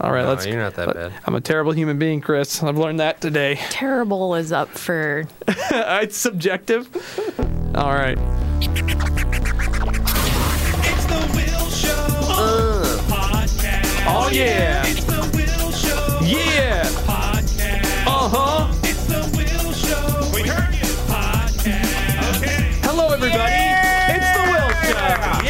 All right, No, let's. you're not that let- bad. I'm a terrible human being, Chris. I've learned that today. Terrible is up for it's subjective. All right. It's the Will Show Oh, podcast. Oh yeah. It's the Will Show Yeah. podcast. Uh huh. It's the Will Show. We heard you. Podcast. Okay. Hello, everybody. It's the Will Show.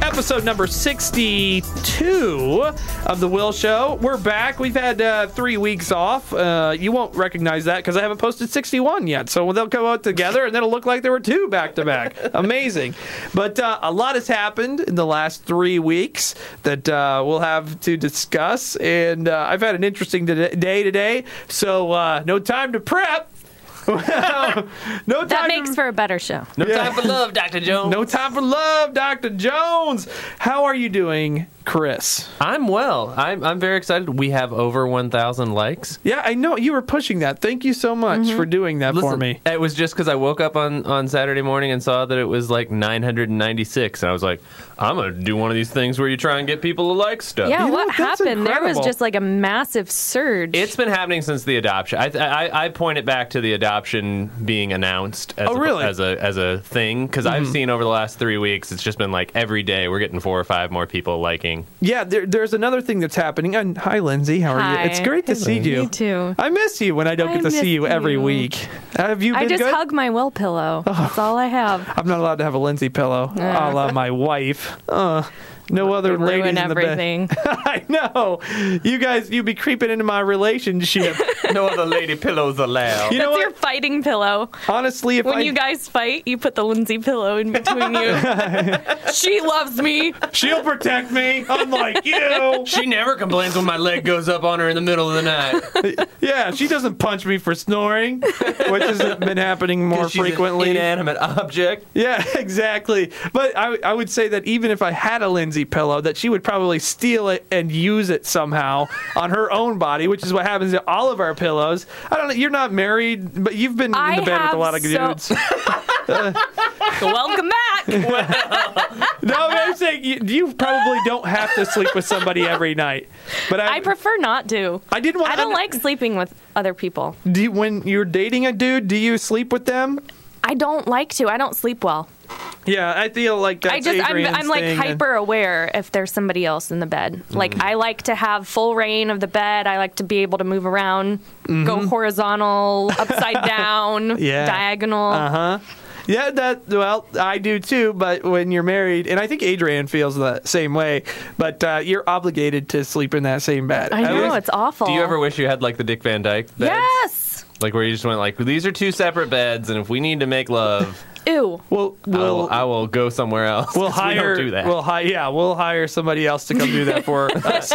Yeah. Episode number 62 of the Will Show. We're back. We've had uh, three weeks off. Uh, you won't recognize that because I haven't posted 61 yet. So they'll come out together and it'll look like there were two back to back. Amazing. But uh, a lot has happened in the last three weeks that uh, we'll have to discuss. And uh, I've had an interesting today- day today. So uh, no time to prep. no time that to- makes for a better show. No time for love, Dr. Jones. no time for love, Dr. Jones. How are you doing, Chris? I'm well. I'm, I'm very excited. We have over 1,000 likes. Yeah, I know you were pushing that. Thank you so much Mm-hmm. for doing that for Listen, me. It was just because I woke up on, on Saturday morning and saw that it was like 996. And I was like, I'm going to do one of these things where you try and get people to like stuff. Yeah, You know, what that's happened? There incredible. was just like a massive surge. It's been happening since the adoption. I, I, I point it back to the adoption being announced as, Oh, a, really? as a as a thing because I've seen over the last three weeks it's just been like every day we're getting four or five more people liking. Yeah, there, there's another thing that's happening. And hi, Lindsay. How are Hi. you? It's great to see you. Me too. I miss you when I don't I get to miss see you every you. week. Have you been I just good? Oh. hug my will pillow. That's all I have. I'm not allowed to have a Lindsay pillow, a Yeah. la my wife. Uh, no other ladies in Ruin the bed. everything. I know. You guys, you be creeping into my relationship. no other lady pillows allowed. You know That's what? your fighting pillow. Honestly, if When I you guys fight, you put the Lindsay pillow in between you. she loves me. she'll protect me, unlike you. She never complains when my leg goes up on her in the middle of the night. Yeah, she doesn't punch me for snoring, which has been happening more She's an frequently. inanimate object. yeah, exactly. But I, I would say that even if I had a Lindsay pillow, that she would probably steal it and use it somehow on her own body, which is what happens to all of our pillows. I don't know. You're not married, but you've been I in the bed with have a lot of so- dudes. Welcome back. no, but I'm saying you, you probably don't have to sleep with somebody every night. But I, I prefer not to. I didn't want. I don't like sleeping with other people. Do you, when you're dating a dude, do you sleep with them? I don't like to. I don't sleep well. Yeah, I feel like that's I just Adrian's I'm, I'm like thing, and- Mm-hmm. hyper aware if there's somebody else in the bed. Like I like to have full reign of the bed. I like to be able to move around, go horizontal, upside down, Mm-hmm. Yeah. diagonal. Uh huh. Yeah, that well, I do too. But when you're married, and I think Adrian feels the same way, but uh, you're obligated to sleep in that same bed. I At know least- it's awful. Do you ever wish you had like the Dick Van Dyke beds? Yes. Like where you just went like these are two separate beds and if we need to make love, Ew. We'll we'll I'll, I will go somewhere else. we'll 'cause we hire don't do that. we'll hire yeah we'll hire somebody else to come do that for us.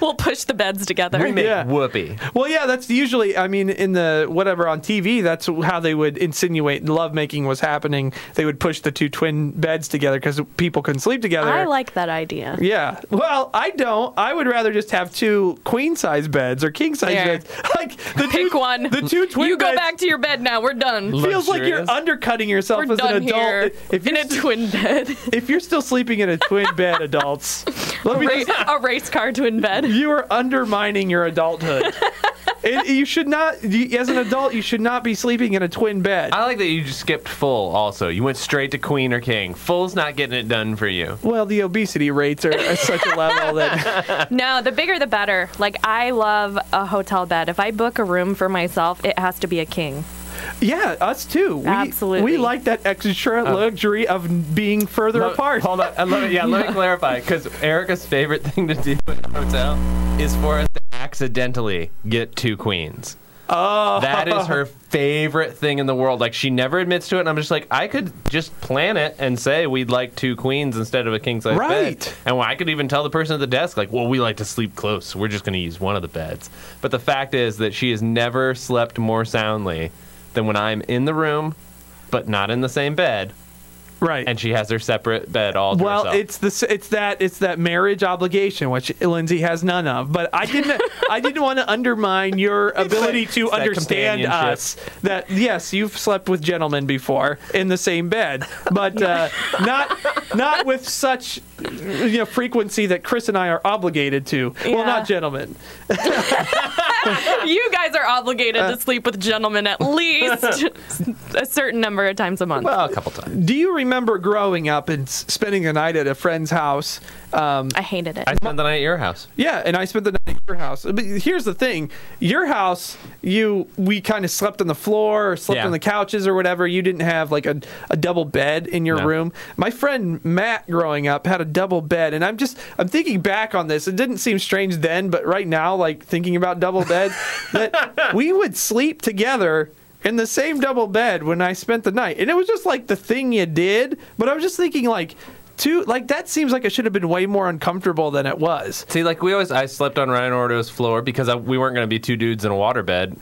We'll push the beds together. we make yeah. whoopee. Well, yeah, that's usually I mean in the whatever on TV that's how they would insinuate lovemaking was happening. They would push the two twin beds together because people couldn't sleep together. I like that idea. Yeah. Well, I don't. I would rather just have two queen size beds or king size There. beds. Like the Pick two, one. The two twin you go beds back to your bed now. We're done. feels like you're Luxurious. undercutting yourself We're as an done adult. here If in you're a st- twin bed, if you're still sleeping in a twin bed, adults, let me Ra- just, a race car twin bed. you are undermining your adulthood. It, you should not, you, as an adult, you should not be sleeping in a twin bed. I like that you just skipped full also. You went straight to queen or king. Full's not getting it done for you. well, the obesity rates are at such a level that No, the bigger the better. Like I love a hotel bed. If I book a room for myself, it has to be a king. yeah, us too. We, we Absolutely. like that extra Uh, luxury of being further Lo- apart. Hold on. I love it. Yeah, let me clarify. Because Erica's favorite thing to do in a hotel is for us to accidentally get two queens. Oh, That is her favorite thing in the world. Like she never admits to it, and I'm just like, I could just plan it and say we'd like two queens instead of a king size bed. Right. And I could even tell the person at the desk, like, well, we like to sleep close, so we're just going to use one of the beds. But the fact is that she has never slept more soundly than when I'm in the room, but not in the same bed, Right. and she has her separate bed all to well, herself. it's the s- it's that it's that marriage obligation which Lindsay has none of. But I didn't I didn't want to undermine your ability to It's that understand companionship. us. That yes, you've slept with gentlemen before in the same bed, but uh, not not with such you know frequency that Chris and I are obligated to. Well, Yeah. not gentlemen. you guys are obligated Uh. to sleep with gentlemen at least a certain number of times a month. well, a couple times. Do you remember growing up and s- spending the night at a friend's house? Um, I hated it. I spent the night at your house. Yeah, and I spent the night at your house. But here's the thing: your house, you we kind of slept on the floor, or slept Yeah. on the couches, or whatever. You didn't have like a, a double bed in your No. room. My friend Matt, growing up, had a double bed, and I'm just I'm thinking back on this. It didn't seem strange then, but right now, like thinking about double beds, that we would sleep together. In the same double bed when I spent the night, and it was just like the thing you did. But I was just thinking, like, two, like that seems like it should have been way more uncomfortable than it was. See, like we always, I slept on Ryan Ordo's floor because I, we weren't going to be two dudes in a waterbed,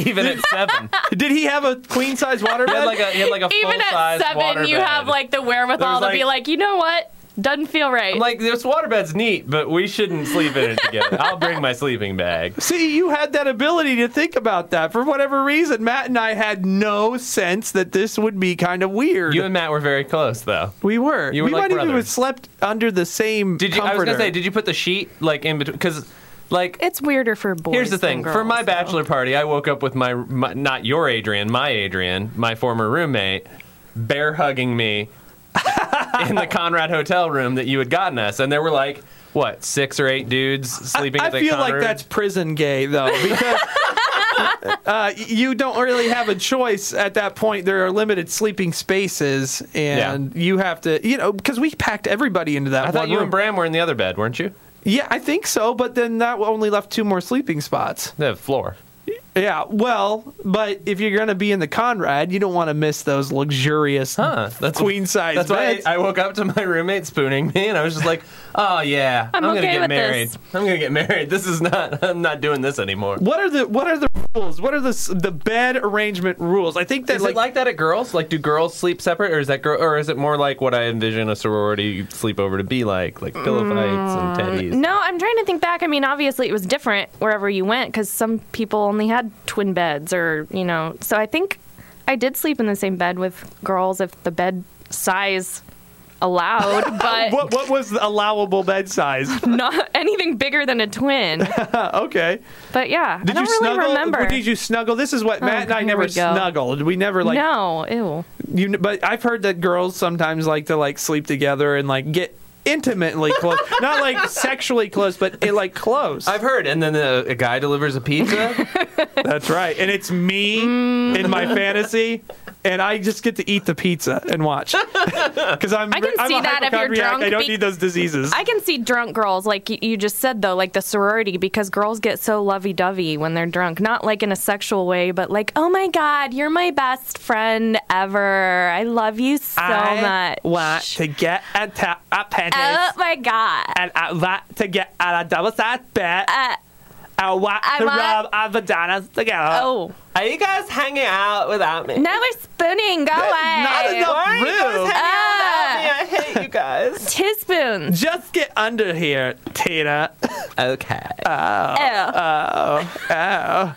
even, even at seven. Did he have a queen size water He bed? had like a, he had like a Even at full-size seven, you waterbed. have like the wherewithal There's, to be like- like, you know what? Doesn't feel right. I'm like this waterbed's neat, but we shouldn't sleep in it together. I'll bring my sleeping bag. See, you had that ability to think about that for whatever reason. Matt and I had no sense that this would be kind of weird. You and Matt were very close, though. we were. you were we like might even have brothers. slept under the same. Did you? I was Comforter. gonna say, did you put the sheet like in between? Because like it's weirder for boys. Here's the than thing. girls, For my though. bachelor party, I woke up with my, my not your Adrian, my Adrian, my former roommate, bear hugging me in the Conrad hotel room that you had gotten us, and there were like what six or eight dudes sleeping. I at the feel Conrad. like that's prison gay though, because uh, you don't really have a choice at that point. There are limited sleeping spaces, and you have to, you know, because we packed everybody into that I one thought you room. and Bram were in the other bed, weren't you? yeah, I think so, but then that only left two more sleeping spots. The floor. Yeah, well, but if you're gonna be in the Conrad, you don't want to miss those luxurious Huh, that's- queen size That's why beds. I, I woke up to my roommate spooning me, and I was just like, "Oh yeah, I'm gonna okay get with married. this. I'm gonna get married. This is not. I'm not doing this anymore." what are the what are the rules? What are the s- the bed arrangement rules? I think that Is like, it like that at girls? Like, do girls sleep separate, or is that girl, or is it more like what I envision a sorority sleepover to be like, like pillow fights and teddies? No, I'm trying to think back. I mean, obviously, it was different wherever you went because some people only had twin beds, or you know. So I think I did sleep in the same bed with girls if the bed size allowed, but what what was the allowable bed size? Uh, not anything bigger than a twin. okay. But yeah, Did I don't you really snuggle? remember. Oh, Did you snuggle? This is what Matt and I here never we go. snuggled. We never like no, ew. you. kn- But I've heard that girls sometimes like to like sleep together and like get intimately close, not like sexually close, but eh, like close. I've heard, and then the, a guy delivers a pizza. That's right. And it's me in Mm. my fantasy, and I just get to eat the pizza and watch. Because I'm, I can I'm see a that if you're hypochondriac. drunk I don't be- need those diseases. I can see drunk girls, like y- you just said, though, like the sorority, because girls get so lovey dovey when they're drunk. Not like in a sexual way, but like, oh my God, you're my best friend ever. I love you so much. want to get a, ta- a penny, Oh my God. and I want to get a double-sized bet. Uh, I want I to want- rub our vaginas together. oh, Are you guys hanging out without me? now we're spooning. Go away. Not enough room. Ah, I hate you guys. two spoons. Just get under here, Tina. Okay. Oh. uh,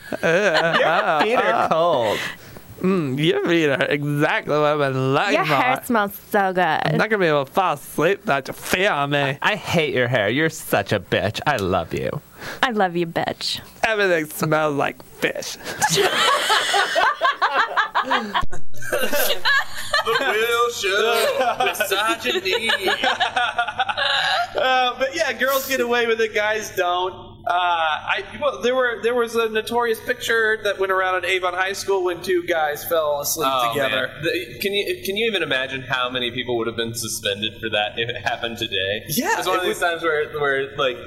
Feet are cold. You mean are exactly what I've been looking Your for. hair smells so I'm good. not going to be able to fall asleep without your fear on me. I hate your hair. You're such a bitch. I love you. I love you, bitch. Everything smells like fish. Uh, but yeah, girls get away with it, guys don't. Uh, I well, there were there was a notorious picture that went around at Avon High School when two guys fell asleep Oh, together. Oh, can you can you even imagine how many people would have been suspended for that if it happened today? Yeah, it's one it of these times where where like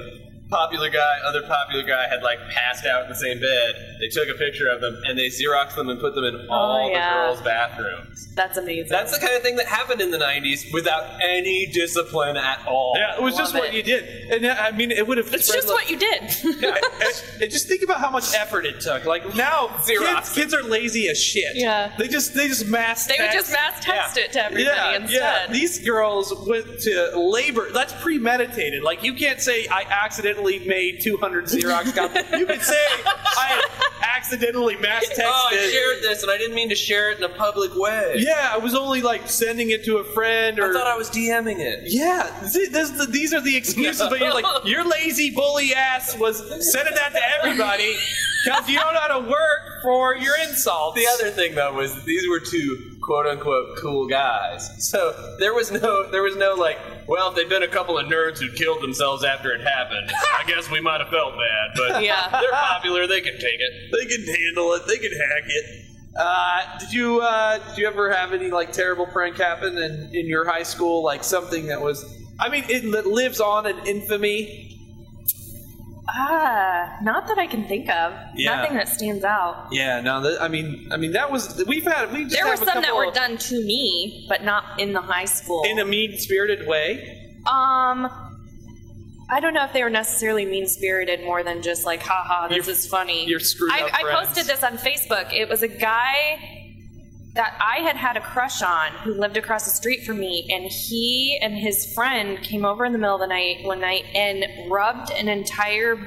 popular guy, other popular guy had like passed out in the same bed. They took a picture of them and they xeroxed them and put them in all yeah. the girls' bathrooms. That's amazing. That's the kind of thing that happened in the '90s without any discipline at all. Yeah, it was just Love what it. you did, and uh, I mean, it would have. it's just what you did. just think about how much effort it took. Like now, Xerox kids, kids are lazy as shit. Yeah. they just they just mass. They would text. just mass text it to everybody yeah, instead. Yeah, these girls went to labor. That's premeditated. Like you can't say I accidentally made 200 Xerox copies. you can say I accidentally mass texted. Oh, I shared this and I didn't mean to share it in a public way. yeah, I was only like sending it to a friend or. I thought I was DMing it. yeah, th- this, the, these are the excuses. But you're like, your lazy bully ass was sending that to everybody because you don't know how to work for your insults. The other thing though was these were two quote unquote cool guys. So there was no there was no like, well, if they'd been a couple of nerds who killed themselves after it happened, I guess we might have felt bad, but Yeah. they're popular, they can take it. They can handle it. They can hack it. Uh, did you uh, did you ever have any like terrible prank happen in, in your high school? Like something that was, I mean, it li- lives on in infamy. Ah, not that I can think of. Yeah. Nothing that stands out. Yeah, no, that, I mean, I mean that was we've had we just There were have a some that couple were of- done to me, but not in the high school. in a mean spirited way. Um, I don't know if they were necessarily mean spirited more than just like, haha, this You're- is funny. you're screwed I, up I friends. posted this on Facebook. It was a guy that I had had a crush on who lived across the street from me, and he and his friend came over in the middle of the night one night and rubbed an entire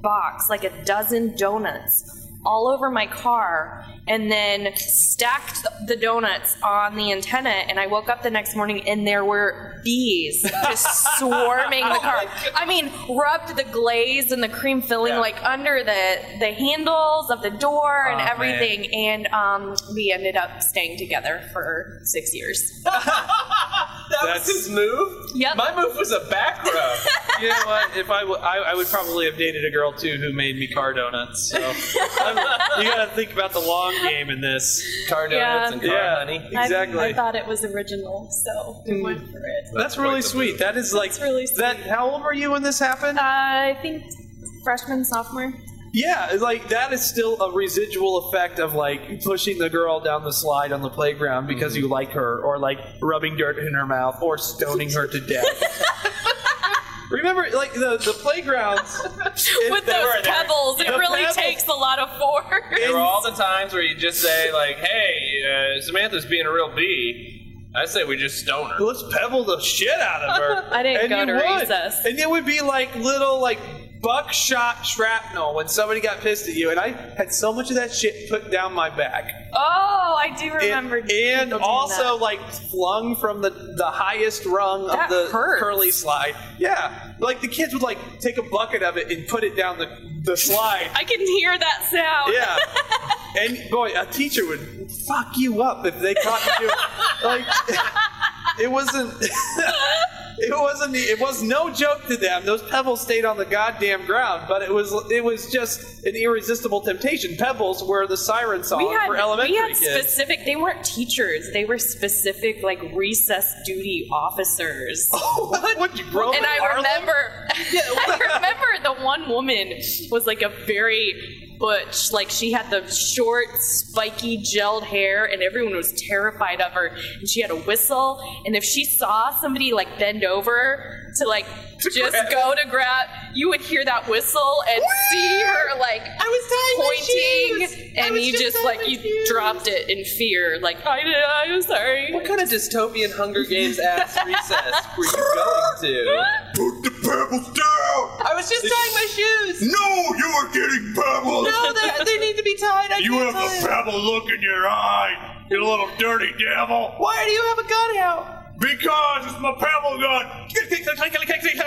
box, like a dozen donuts, all over my car, and then stacked the donuts on the antenna. And I woke up the next morning, and there were bees just swarming Oh the car. I mean, rubbed the glaze and the cream filling Yeah. Oh, like under the the handles of the door and Aw, everything. And um, we ended up staying together for six years. That That's- was his move? Yep. My move was a back rub. You know what? If I, w- I I would probably have dated a girl too who made me car donuts. So I'm- you got to think about the long game in this. car donuts Yeah. and car Yeah. honey. I- Exactly. Mm. I, thought it was original, so we went for it. That's really Quite the sweet. move. That is like That's really sweet. that. How old were you when this happened? Uh, I think freshman, sophomore. Yeah, it's like that is still a residual effect of like pushing the girl down the slide on the playground because Mm-hmm. you like her, or like rubbing dirt in her mouth, or stoning her to death. Remember, like the the playgrounds if With they those were there- pebbles, it The really pebbles. takes a lot of force. There were all the times where you just say like, hey, uh, Samantha's being a real bee. I say we just stone her. Let's pebble the shit out of her. I didn't go you to would. recess. And it would be like little like buckshot shrapnel when somebody got pissed at you, and I had so much of that shit put down my back. Oh, I do remember. and, and people doing also that. like flung from the, the highest rung of That the hurts. curly slide. Yeah, like the kids would like take a bucket of it and put it down the the slide. I can hear that sound. yeah, and boy, a teacher would fuck you up if they caught you. doing- like it wasn't. It wasn't. It was no joke to them. Those pebbles stayed on the goddamn ground, but it was. It was just an irresistible temptation. Pebbles were the siren song We had, for elementary we had kids. specific, they weren't teachers. They were specific, like, recess duty officers. what? What? You grow up and in I Oh, Harlem? remember, I remember the one woman was like a very butch, like she had the short, spiky, gelled hair, and everyone was terrified of her. And she had a whistle, and if she saw somebody like bend over to like just go to grab, you would hear that whistle and see her like pointing, and you just, like you dropped it in fear, like I, I'm sorry. What kind of dystopian Hunger Games ass recess were you going to? Put the pebbles down! I was just tying my shoes. No, you are getting pebbles! they, they need to be tied. I You have a pebble look in your eye, you little dirty devil! Why do you have a gun out? Because it's my pebble gun!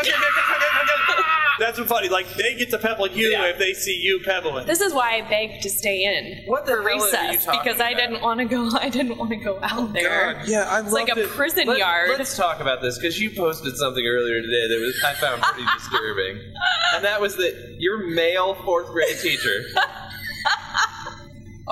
That's what's funny. Like they get to pebble you Yeah. if they see you pebbling. This is why I begged to stay in What the for hell are you recess talking because I about? didn't want to go. I didn't want to go out there. Yeah, I it's like a prison Let, yard. Let's talk about this because you posted something earlier today that was I found pretty disturbing, and that was that your male fourth grade teacher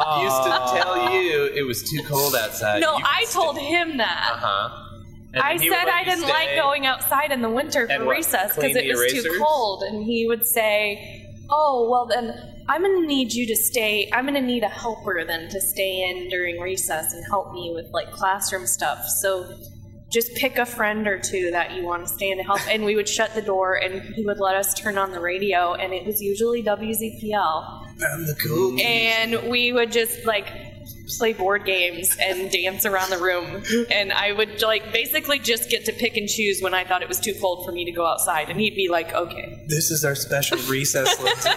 used to tell you it was too cold outside. no, You could I told him that. Uh-huh. And I he said would let I you didn't stay. like going outside in the winter for And what, recess clean because it the was too erasers? cold. And he would say, Oh, well, then I'm going to need you to stay. I'm going to need a helper then to stay in during recess and help me with like classroom stuff. So just pick a friend or two that you want to stay and help. And we would shut the door and he would let us turn on the radio. And it was usually WZPL. I'm the cool kid. And we would just like play board games and dance around the room. And I would like basically just get to pick and choose when I thought it was too cold for me to go outside. And he'd be like, okay. This is our special recess, Lindsay.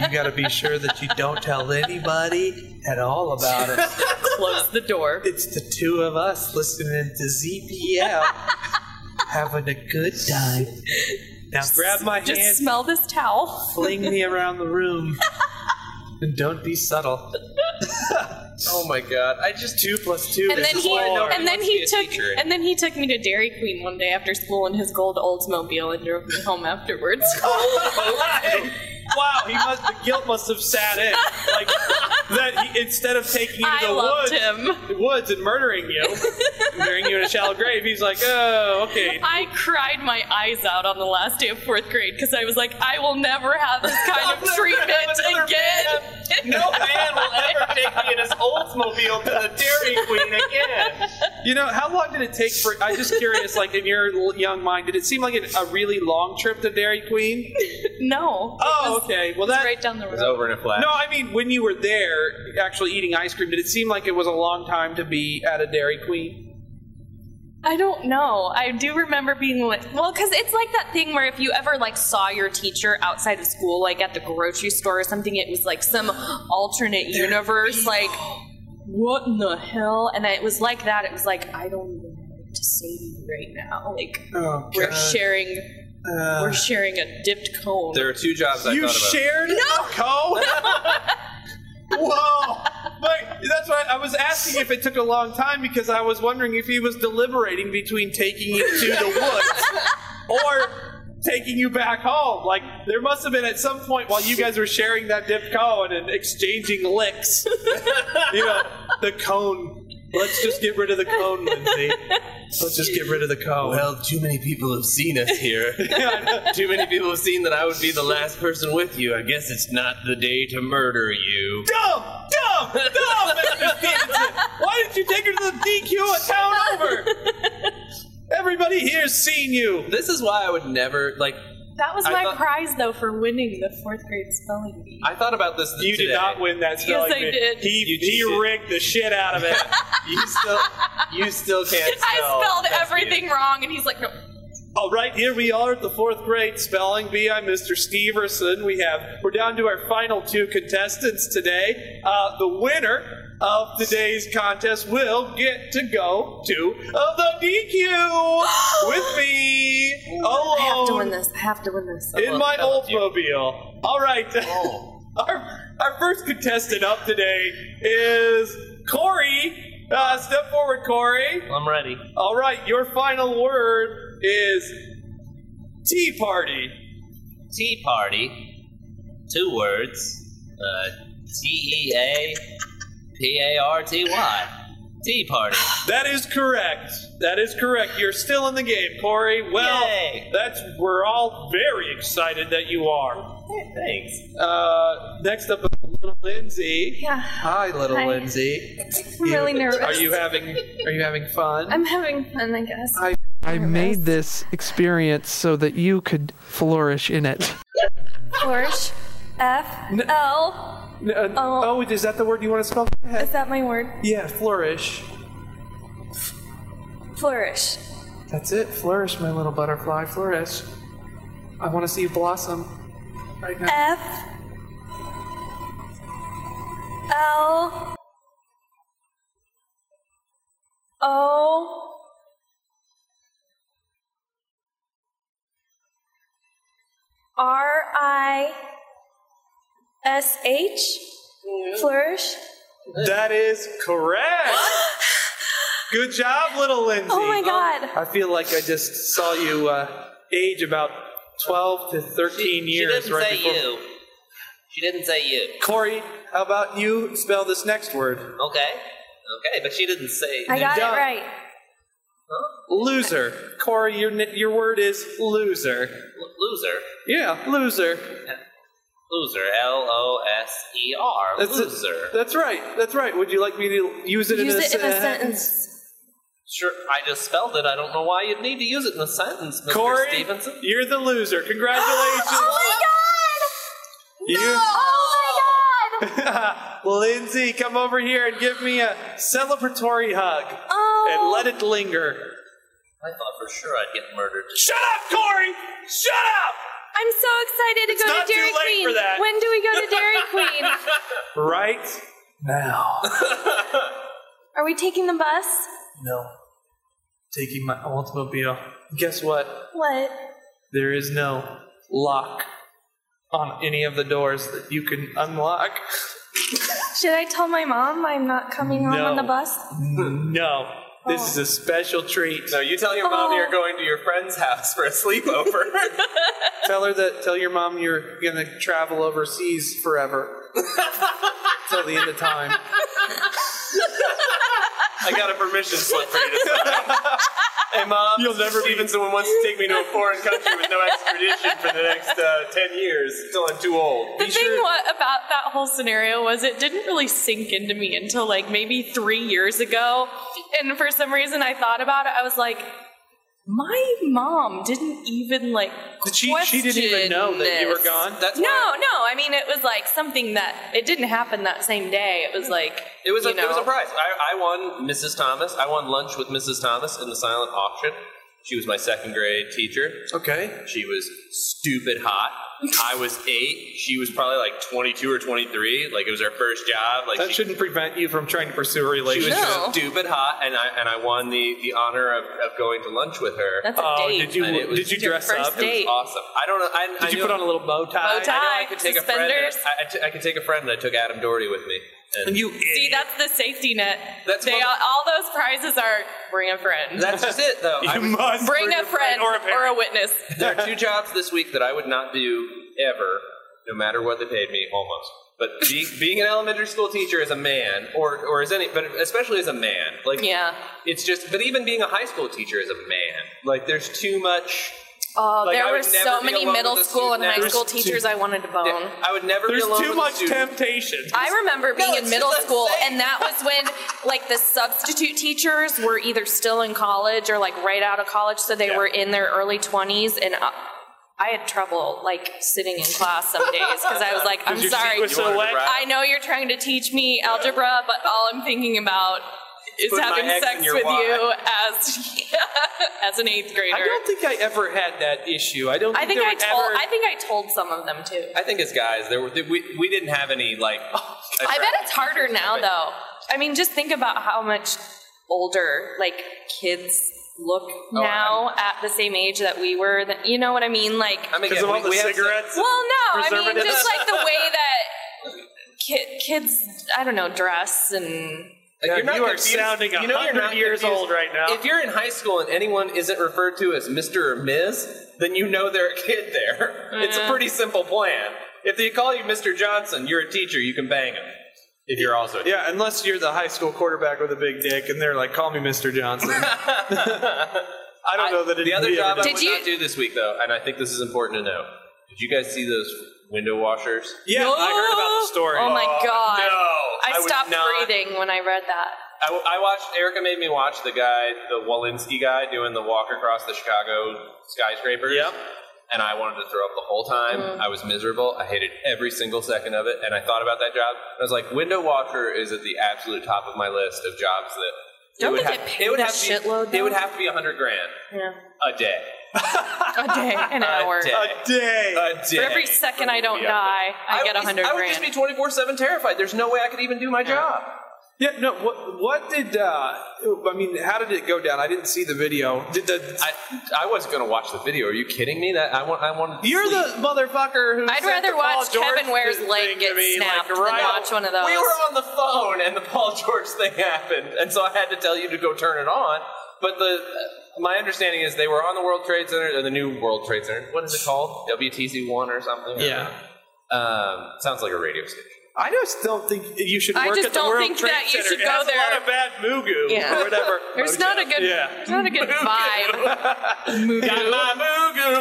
you got to be sure that you don't tell anybody at all about it. Close the door. It's the two of us listening to ZPL, having a good time. Now grab my Just hand, smell this towel. fling me around the room, and don't be subtle. Oh my god. I just Two plus two And is then he four. and then he Must be a took teacher. and then he took me to Dairy Queen one day after school in his gold Oldsmobile and drove me home afterwards. wow, he must, the guilt must have sat in. Like that, he, instead of taking you to I the loved woods, him. the woods and murdering you, burying you in a shallow grave, he's like, oh, okay. I cried my eyes out on the last day of fourth grade because I was like, I will never have this kind of treatment again. No man will ever take me in his Oldsmobile to the Dairy Queen again. You know, how long did it take for? I'm just curious, like in your l- young mind, did it seem like a really long trip to Dairy Queen? no. it Oh, was- okay. it Well, was that. right down the road. was over in a flash. No, I mean, when you were there, actually eating ice cream, did it seem like it was a long time to be at a Dairy Queen? I don't know. I do remember being like, well, because it's like that thing where if you ever like saw your teacher outside of school, like at the grocery store or something, it was like some alternate universe, like what in the hell? And it was like that. It was like I don't even know what to say to you right now. Like Oh, we're sharing, we're sharing a dipped cone. There are two jobs I You thought about. shared no! a cone? Whoa! But that's why I was asking if it took a long time because I was wondering if he was deliberating between taking you to the woods or taking you back home. Like there must have been at some point while you guys were sharing that dip cone and exchanging licks. you know, the cone. Let's just get rid of the cone, Lindsay. Let's just get rid of the cone. Well, too many people have seen us here. too many people have seen that I would be the last person with you. I guess it's not the day to murder you. dumb, dumb, dumb, Mr. Stevenson. Why did you take her to the DQ a town over? Everybody here's seen you. This is why I would never like. that was I my thought- prize though for winning the fourth grade spelling bee. I thought about this. You today. did not win that spelling I bee. did. He, You he did. rigged the shit out of it. You still, you still can't. Spell I spelled That's everything good. wrong, and he's like, no. All right, here we are at the fourth grade spelling bee. I'm Mr. Steverson. We have we're down to our final two contestants today. Uh, the winner of today's contest will get to go to uh, the DQ with me alone. I have to win this. I have to win this. in my Oldsmobile. All right. Oh. our, our first contestant up today is Corey. Uh, step forward, Corey. I'm ready. All right, your final word is tea party. Tea party. Two words. Uh, T E A P A R T Y. Tea party. That is correct. That is correct. You're still in the game, Corey. Well, Yay. that's we're all very excited that you are. Thanks. Uh, next up, little Lindsay. Yeah, Hi, little Hi. Lindsay. I'm really nervous. Are you having Are you having fun? I'm having fun, I guess. I- I made this experience so that you could flourish in it. Flourish. F L. Uh, oh. Oh. is that the word you want to spell? Is that my word? Yeah, flourish. Flourish. That's it. Flourish, my little butterfly. Flourish. I want to see you blossom right now. F L O R I S H. Flourish. That is correct. Good job, little Lindsay. Oh my god. I feel like I just saw you uh, age about 12 to 13 years right before. She didn't say you. Corey, how about you spell this next word? Okay. Okay, but she didn't say. I got Done. it right. Loser. Corey, your, ni- your word is loser. L- loser. Yeah, loser. Loser. L O S E R. That's it. Loser. That's right. That's right. Would you like me to use it, Use in, a it in a sen- sentence. Sure, I just spelled it. I don't know why you'd need to use it in a sentence, Mr. Corey, Stevenson. you're the loser. Congratulations. Oh you, my god! Oh my god! Lindsay, come over here and give me a celebratory hug and Oh, let it linger. I thought for sure I'd get murdered. Shut up, Corey! Shut up! I'm so excited to go not to too Dairy late Queen. for that. When do we go to Dairy Queen? Right now. Are we taking the bus? No. Taking my automobile. Guess what? What? There is no lock on any of the doors that you can unlock. Should I tell my mom I'm not coming on on No. the bus? No. This is a special treat. No, you tell your mom you're going to your friend's house for a sleepover. Tell her that. Tell your mom you're gonna travel overseas forever till the end of time. I got a permission slip for you to sign. hey, mom. You'll never Stevenson wants to take me to a foreign country with no extradition for the next uh, ten years until I'm too old. The thing wa about that whole scenario was it didn't really sink into me until like maybe three years ago. And for some reason, I thought about it. I was like, my mom didn't even like. She, she didn't even question know that you were this. gone. That's No, no. why- I mean, it was like something that it didn't happen that same day. It was like It was a, you know, it was a prize. I, I won Mrs. Thomas. I won lunch with Mrs. Thomas in the silent auction. She was my second grade teacher. Okay. She was stupid hot. I was eight. She was probably like 22 or 23. Like it was her first job. Like That she, shouldn't prevent you from trying to pursue a she was relationship. No. stupid hot, and I and I won the the honor of, of going to lunch with her. That's a Oh, date. did you And it was did you your dress first up? It was date. awesome. I don't know. I, I Did you knew- put on a little bow tie? Bow I, know I tie, could take suspenders? a friend. and I, I, t- I could take a friend, and I took Adam Doherty with me. And You See, idiot. that's the safety net. That's they what- all, all those prizes are bring a friend. that's just it, though. I You was- must bring a your friend or a or a parent. witness. there are two jobs this week that I would not do ever, no matter what they paid me, almost. But being, being an elementary school teacher as a man, or or as any, but especially as a man, like Yeah. it's just. But even being a high school teacher as a man, like there's too much. Oh, Like, there I were would never so be many alone with middle a school and student high now. school teachers I wanted to bone. I would never be There's alone too with a much student. temptation. I remember being No, in it's middle just school, insane. and that was when like the substitute teachers were either still in college or like right out of college, so they were in their early twenties, and I, I had trouble like sitting in class some days because I was like, I'm your seat sorry, was so wet. I know you're trying to teach me algebra, but all I'm thinking about is Put my having X sex in your with Y. you as as an eighth grader. I don't think I ever had that issue. I don't. I think there I were told ever- I think I told some of them too. I think as guys, there were we, we didn't have any like. I bet it's harder now, though. I mean, just think about how much older like kids look Oh, now at the same age that we were. That you know what I mean? Like, I mean, because of yeah, all we- the we have- cigarettes. well, no, I mean, preservatives. just like the way that ki- kids, I don't know, dress and Like, Yeah, you're not you are confused. sounding You know you're 100 not years confused. old right now. If you're in high school and anyone isn't referred to as Mr. or Ms., then you know they're a kid there. It's Mm. a pretty simple plan. If they call you Mr. Johnson, you're a teacher, you can bang him. If you're also a teacher. Yeah, unless you're the high school quarterback with a big dick, and they're like, "Call me Mr. Johnson." I don't know that it, the other he ever job I did. would Did you- not do this week, though, and I think this is important to know. Did you guys see those window washers? Yeah, I heard about the story. Oh my god! no, I I would stopped not. breathing when I read that. I, I watched. Erica made me watch the guy, the Walensky guy, doing the walk across the Chicago skyscrapers. Yep. And I wanted to throw up the whole time. Mm. I was miserable. I hated every single second of it. And I thought about that job. I was like, window washer is at the absolute top of my list of jobs that. Don't it would they have, get paid it would a have shitload, to be, It would though? have to be a hundred grand a day. A day, an hour. day. A day. A day. For every second I don't Yeah. die, I, get a would be- hundred I would just be grand. twenty four seven terrified. There's no way I could even do my job. yeah, no. What? What did? Uh, I mean, how did it go down? I didn't see the video. Did the? I, I wasn't gonna watch the video. Are you kidding me? That I want. I wanted. to you're sleep. the motherfucker who. I'd sent rather the Paul watch George Kevin Ware's thing leg to get me, snapped like, than right watch one of those. We were on the phone and the Paul George thing happened, and so I had to tell you to go turn it on. But the my understanding is they were on the World Trade Center, or the new World Trade Center. What is it called? WTC One or something? Yeah. Um, sounds like a radio station. I just don't think you should work I just at the don't World think Trade that you Center. should It go has there. A lot of bad mugu Yeah. or whatever. There's not a good, Yeah. there's not a good vibe. Got my moo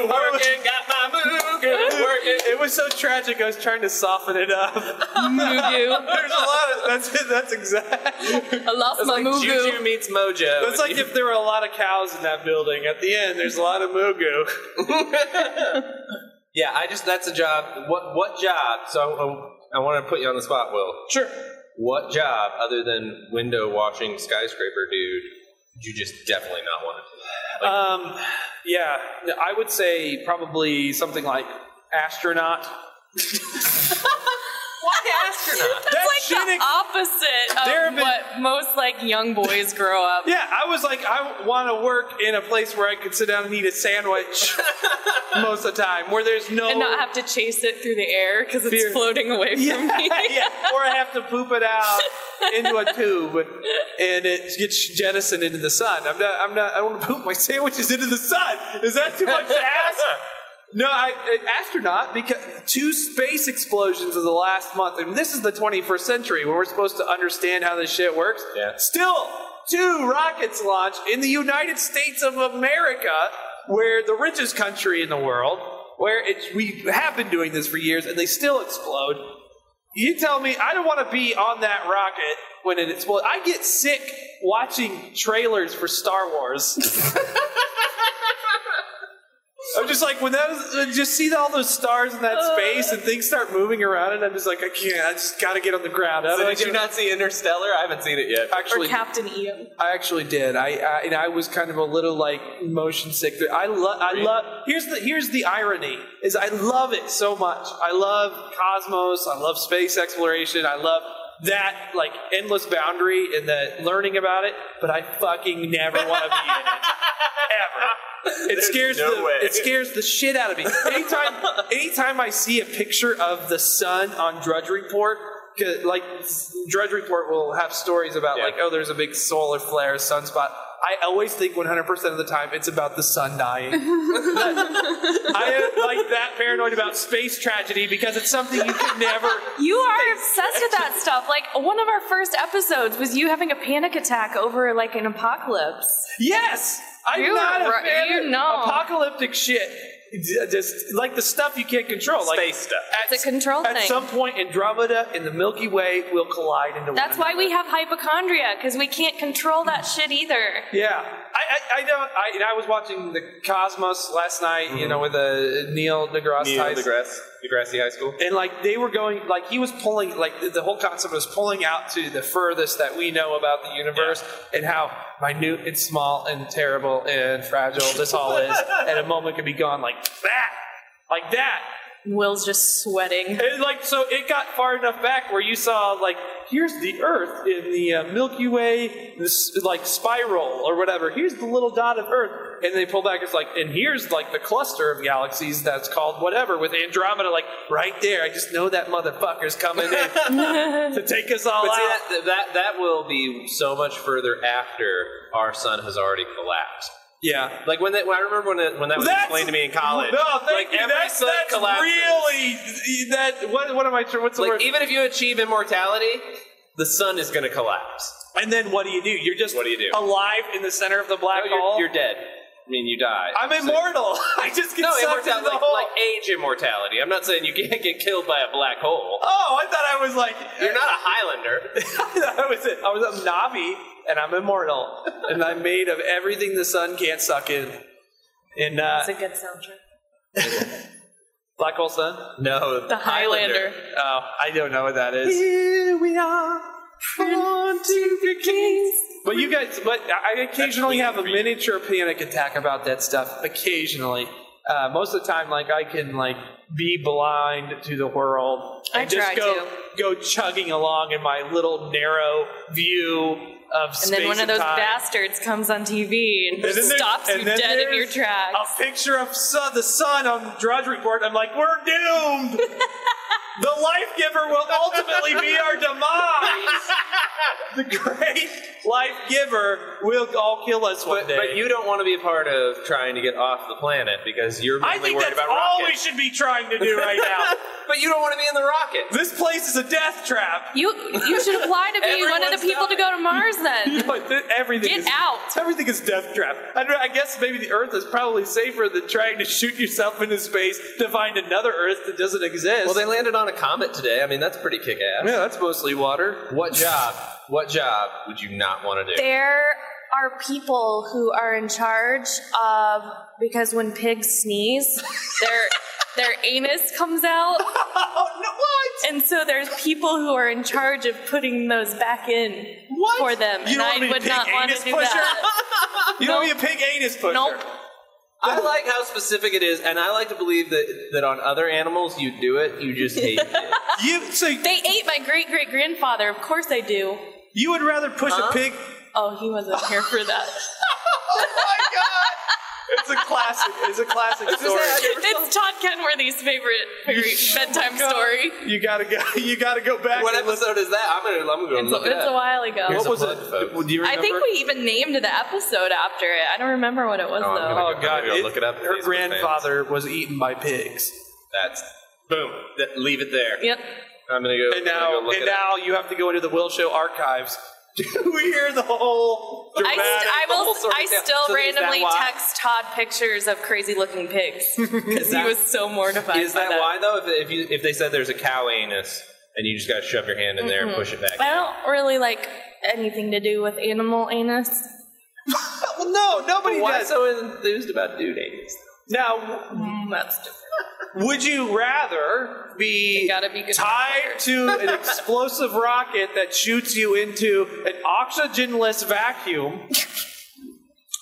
working, got my moo working. It was so tragic. I was trying to soften it up. Mugu. There's a lot of that's it, that's exact. I lost my like mugu. Juju meets Mojo. It's like if there were a lot of cows in that building. At the end, there's a lot of mugu. yeah, I just that's a job. What what job? So I, I, want to put you on the spot, Will. Sure. What job other than window washing skyscraper dude? would You just definitely not want to do? Um, yeah, I would say probably something like astronaut. Why astronaut? That's That like shitty- the opposite of There have been- what most like young boys grow up. Yeah, I was like, I want to work in a place where I could sit down and eat a sandwich most of the time, where there's no and not have to chase it through the air because it's Fear. floating away from yeah, me. yeah, or I have to poop it out into a tube, and it gets jettisoned into the sun. I'm not, I'm not, I don't want to poop my sandwiches into the sun. Is that too much to ask? No, I, I- astronaut because two space explosions of the last month, and this is the 21st century when we're supposed to understand how this shit works. Yeah. Still, two rockets launched in the United States of America, where the richest country in the world, where it's, we have been doing this for years, and they still explode. You tell me, I don't want to be on that rocket when it explodes. I get sick watching trailers for Star Wars. I'm just like when that was, I just see all those stars in that Uh. space and things start moving around, and I'm just like, I can't. I just gotta get on the ground. How do So I did get you on- not see Interstellar? I haven't seen it yet. actually? Captain EO. I actually did. I, I and I was kind of a little like motion sick. I love. I love. Here's the here's the irony is I love it so much. I love cosmos. I love space exploration. I love that like endless boundary and the learning about it. But I fucking never want to be in it ever. It scares no the way. it scares the shit out of me. Anytime anytime I see a picture of the sun on Drudge Report, 'cause, like Drudge Report will have stories about Yeah. like oh there's a big solar flare sunspot. I always think 100% of the time it's about the sun dying. I am like that paranoid about space tragedy because it's something you can never. You are obsessed with that stuff. Like one of our first episodes was you having a panic attack over like an apocalypse. Yes, I'm You not a are ri- fan you of know. apocalyptic shit. D- Just like the stuff you can't control, like Space stuff. It's a control At thing. some point, Andromeda and the Milky Way will collide into That's one. why we have hypochondria because we can't control that shit either. Yeah, I, I, I know. I, and I was watching the Cosmos last night, you know, with uh, Neil deGrasse Mm-hmm. Neil Tyson. DeGrasse, Degrassi High School. and like they were going like he was pulling like the- the whole concept was pulling out to the furthest that we know about the universe and how minute and small and terrible and fragile this all is and a moment could be gone like that like that Will's just sweating. and like so it got far enough back where you saw like here's the earth in the uh, milky way this like spiral or whatever here's the little dot of earth and they pull back it's like and here's like the cluster of galaxies that's called whatever with andromeda like right there i just know that motherfucker's coming in to take us all But see, out that, that that will be so much further after our sun has already collapsed. yeah Like when that, when I remember when it, when that was That's- explained to me in college. no thank like you every that's, sun that's collapses. really that what, what am i tr- what's the Like word even if you achieve immortality, the sun is going to collapse. and then what do you do you're just What do you do? alive in the center of the black No, hole you're, you're dead. I mean, you die. I'm immortal. I just get no, sucked into immortality, the like, hole. like age immortality. I'm not saying you can't get killed by a black hole. oh, I thought I was like You're not a Highlander. I was I was a Navi, and I'm immortal, and I'm made of everything the sun can't suck in. And uh, It's a good soundtrack. black hole sun. No, The Highlander. Oh, I don't know what that is. Here we are, born to be kings. But you guys, but I I occasionally have a miniature panic attack about that stuff. Occasionally, uh, most of the time, like I can like be blind to the world. I and just try go, to. go chugging along in my little narrow view of space And then one of those time. bastards comes on TV And and, then there- stops and you then dead in your there's tracks. A picture of sun, the sun on Drudge Report. I'm like, we're doomed. the life giver will ultimately be our demise. the great life giver will all kill us one But, day. but you don't want to be a part of trying to get off the planet because you're I mainly think worried that's about all we rockets. should be trying to do right now. but you don't want to be in the rocket. This place is a death trap. You you should apply to be one of Everyone's the people to go to Mars then. But th- everything Get is, out. Everything is death trap. I, don't- I guess maybe the Earth is probably safer than trying to shoot yourself into space to find another Earth that doesn't exist. Well, they landed on a comet today. I mean, that's pretty kick ass. yeah, that's mostly water. What job? What job would you not want to do? There are people who are in charge of because when pigs sneeze, their their anus comes out. Oh, And so there's people who are in charge of putting those back in What? for them. You and don't wanna I be would pig not want anus to do pusher? that. You don't be a pig anus pusher. Nope. I like how specific it is, and I like to believe that, that on other animals you do it, you just hate it. You so They ate my great great grandfather. Of course I do. you would rather push a Uh-huh. pig? Oh, he wasn't here for that. It's a classic. It's a classic story. it's Todd Kenworthy's favorite fairy- Oh bedtime story. You gotta go. You gotta go back. What and listen. episode is that? I'm gonna I'm gonna It's, look it it's a up. while ago. Here's What a was plug, it? folks. Do you I remember? think we even named the episode after it. I don't remember what it was Oh, I'm though. gonna Oh God! I'm gonna go look it up. Her Facebook grandfather was eaten by pigs, That's boom. Th- leave it there. Yep. I'm gonna go. and I'm gonna now go look and it up. now you have to go into the Will Show archives to hear the whole I, dramatic. st- I the whole will. story. I Yeah. still So is that randomly why- text Todd pictures of crazy looking pigs because he that- was so mortified. Is by that why though? If, if you if they said there's a cow anus and you just gotta shove your hand in there and push it back. I don't really like anything to do with animal anus. Well, no, nobody Why does. so enthused about dude anus? now, Mm, that's different. would you rather be, They gotta be good tied to an explosive rocket that shoots you into an oxygenless vacuum?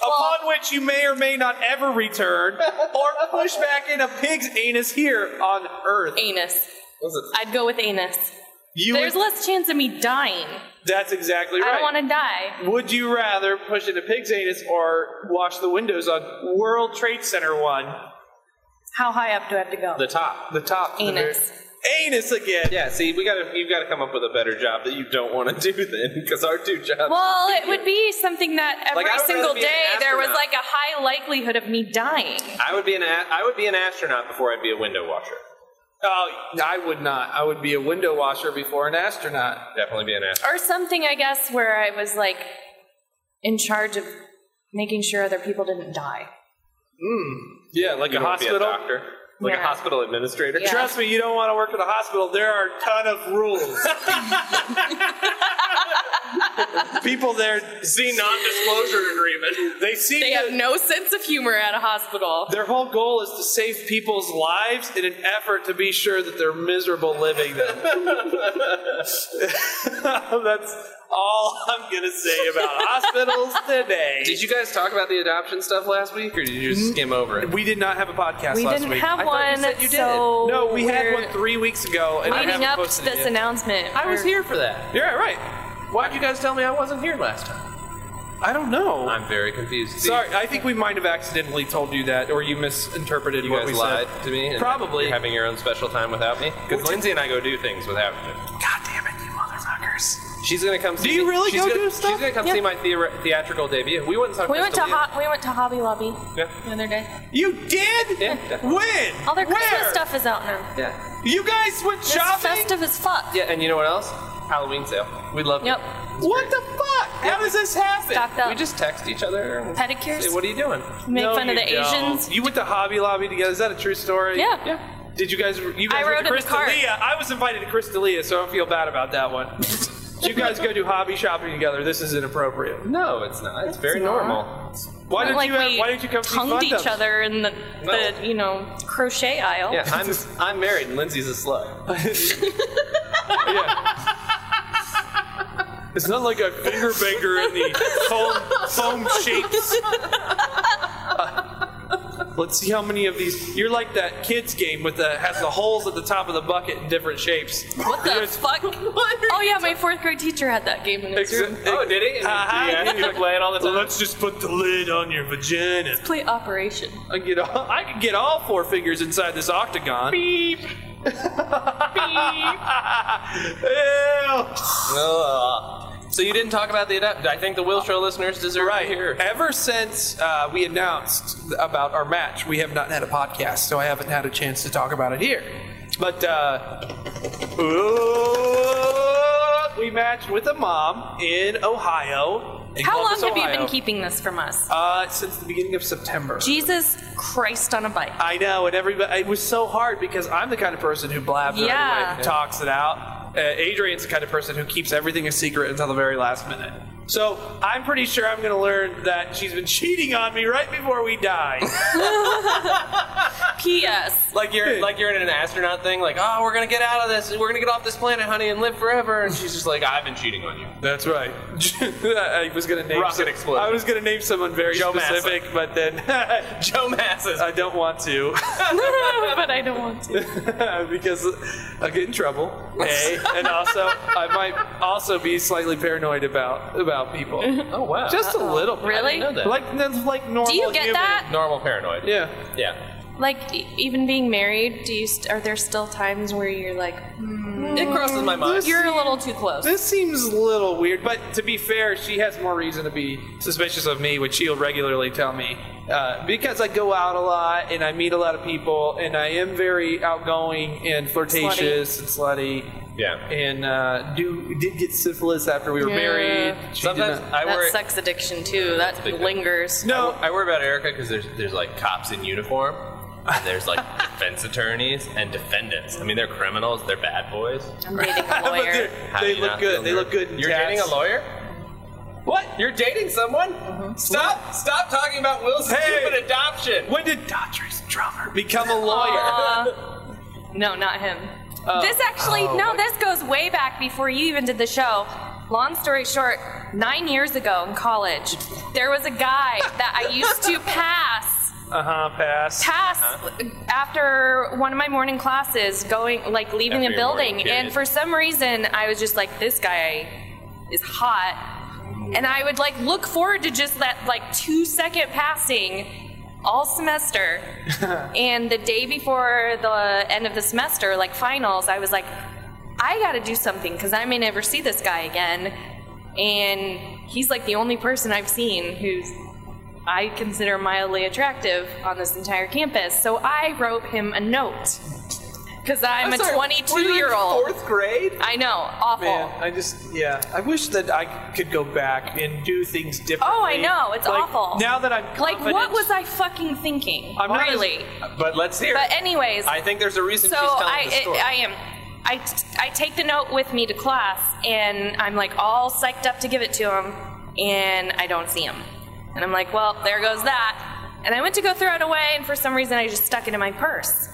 Upon which you may or may not ever return, or push back in a pig's anus here on Earth. Anus. Was it- I'd go with anus. You There's would, less chance of me dying. that's exactly I right. don't want to die. Would you rather push in a pig's anus or wash the windows on World Trade Center 1, How high up do I have to go? the top. the top? to the very- anus. Anus again! Yeah. See, we gotta you've gotta come up with a better job that you don't want to do then, because our two jobs. Well, it would be something that every Like, I would rather single be an day there was astronaut. like a high likelihood of me dying. I would be an a- I would be an astronaut before I'd be a window washer. Oh, I would not. I would be a window washer before an astronaut. Definitely be an astronaut. Or something, I guess, where I was like in charge of making sure other people didn't die. Yeah, like You a don't wanna hospital. Be a doctor. Like a Yeah. hospital administrator. Yeah. Trust me, you don't want to work at a hospital. There are a ton of rules. People there see non-disclosure agreement. They see They that have no sense of humor at a hospital. their whole goal is to save people's lives in an effort to be sure that they're miserable living them. That's all I'm gonna say about hospitals today. Did you guys talk about the adoption stuff last week, or did you just skim over it? We did not have a podcast We last didn't week. have I thought you one, said you did. so no, we had we're one three weeks ago, and I leading haven't up to posted it this yet. announcement. I was We're- here for that. Yeah, right. Why'd you guys tell me I wasn't here last time? I don't know. I'm very confused. See, Sorry, I think we might have accidentally told you that, or you misinterpreted You what guys we lied said. to me. and Probably. you're having your own special time without me. Because Lindsay and I go do things without you. God damn it, you motherfuckers! She's gonna come. Do see you me- really she's go gonna, do stuff? She's gonna come Yeah. see my theor- theatrical debut. We went and saw. We went to Crystal Lea. ho- we went to Hobby Lobby Yeah. the other day. You did? Yeah, definitely. When? All their Christmas Where? stuff is out now. Yeah. You guys went It's shopping? festive as fuck. Yeah, and you know what else? Halloween sale. We loved Yep. it. What the fuck? How does this happen? Stocked up. We just text each other. and Pedicures? say, what are you doing? Make No, fun of you the don't. Asians. You went to Hobby Lobby together. Is that a true story? Yeah. Did you guys? You guys I went rode to in the cart. Crystalia. I was invited to Crystalia, so I don't feel bad about that one. Did you guys go do hobby shopping together? This is inappropriate. No, it's not. It's, very normal. Why didn't like you? Have, we why didn't you come see tongued Fun each Dumps? other in the, No. the you know crochet aisle. Yeah, I'm I'm married and Lindsay's a slut. It's not like I finger banged her in the foam foam shapes. Uh, let's see how many of these. You're like that kids game with the has the holes at the top of the bucket in different shapes. What the fuck? Oh yeah, my fourth grade teacher had that game in his room. oh, did he? Uh-huh. Yeah, you play it all the time. Let's just put the lid on your vagina. Play Operation. I can get all, I can get all four fingers inside this octagon. Beep. Ew. Ugh. So you didn't talk about the adapt. I think the Will Show listeners deserve Right to hear. Ever since uh, we announced about our match, we have not had a podcast, so I haven't had a chance to talk about it here. But uh, ooh, we matched with a mom in Ohio. in How Columbus, long have you Ohio, been keeping this from us? Uh, since the beginning of September. Jesus Christ on a bike. I know, and everybody. It was so hard because I'm the kind of person who blabs right Yeah. away and talks it out. Uh, Adrian's the kind of person who keeps everything a secret until the very last minute. So I'm pretty sure I'm going to learn that she's been cheating on me right before we die. P.S. Like you're like you're in an astronaut thing, like, oh, we're gonna get out of this, we're gonna get off this planet, honey, and live forever. And she's just like, I've been cheating on you. That's right. I was going to name. Rocket explosion. I was going to name someone very Joe Massa. specific, but then uh, Joe Masses. I don't want to but I don't want to. because I get in trouble. A and also I might also be slightly paranoid about about people. oh wow. Just a little bit. I Really? didn't know that. Like that's like normal. Do you get human. that? normal paranoid. Yeah. Yeah. Like e- even being married, do you? St- are there still times where you're like, hmm, It crosses my mind. you're a little too close? This seems a little weird, but to be fair, she has more reason to be suspicious of me, which she'll regularly tell me. Uh, because I go out a lot and I meet a lot of people, and I am very outgoing and flirtatious and slutty. Yeah. And uh, do did get syphilis after we were Yeah. married. She did Sometimes not- I worry. That sex addiction too. That big. lingers. no, I worry about Erica because there's there's like cops in uniform. And there's like defense attorneys and defendants. I mean, they're criminals. They're bad boys. I'm dating a but lawyer. they're- How do they you look not good. feel They look nervous? good. in You're dating a tats. lawyer? What? You're dating someone? Stop! Stop talking about Will's Hey! stupid adoption. When did Dodgers drummer become a lawyer? No, not him. Oh. this actually, no, this goes way back before you even did the show. Long story short, nine years ago in college, there was a guy that I used to pass. Uh huh. Pass. Pass after one of my morning classes, going like leaving After your a morning building, period. and for some reason, I was just like, this guy is hot, and I would like look forward to just that like two second passing all semester. and the day before the end of the semester, like finals, I was like, I gotta do something because I may never see this guy again. And he's like the only person I've seen who's I consider mildly attractive on this entire campus. So I wrote him a note because I'm, a 22 year old. Fourth grade. I know, awful. Man, I just yeah. I wish that I could go back and do things differently. Oh, I know, it's Like, awful. Now that I'm like, what confident- was I fucking thinking? I'm not as- really. But let's hear. But it. anyways, I think there's a reason so she's telling I, the story. I, I am. I, t- I take the note with me to class, and I'm like all psyched up to give it to him, and I don't see him, and I'm like, well, there goes that. And I went to go throw it away, and for some reason, I just stuck it in my purse.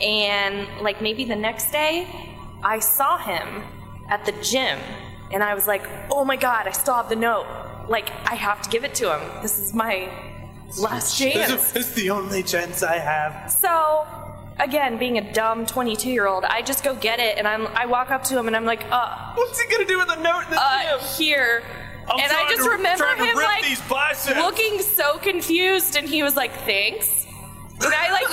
And like maybe the next day, I saw him at the gym, and I was like, oh my god, I still have the note. Like I have to give it to him. This is my last chance. This is the only chance I have. So, again, being a dumb 22 year old, I just go get it and I'm, I walk up to him and I'm like, uh, What's he gonna do with a note? That uh, here. and I just remember him like biceps. looking so confused and he was like, thanks. And I like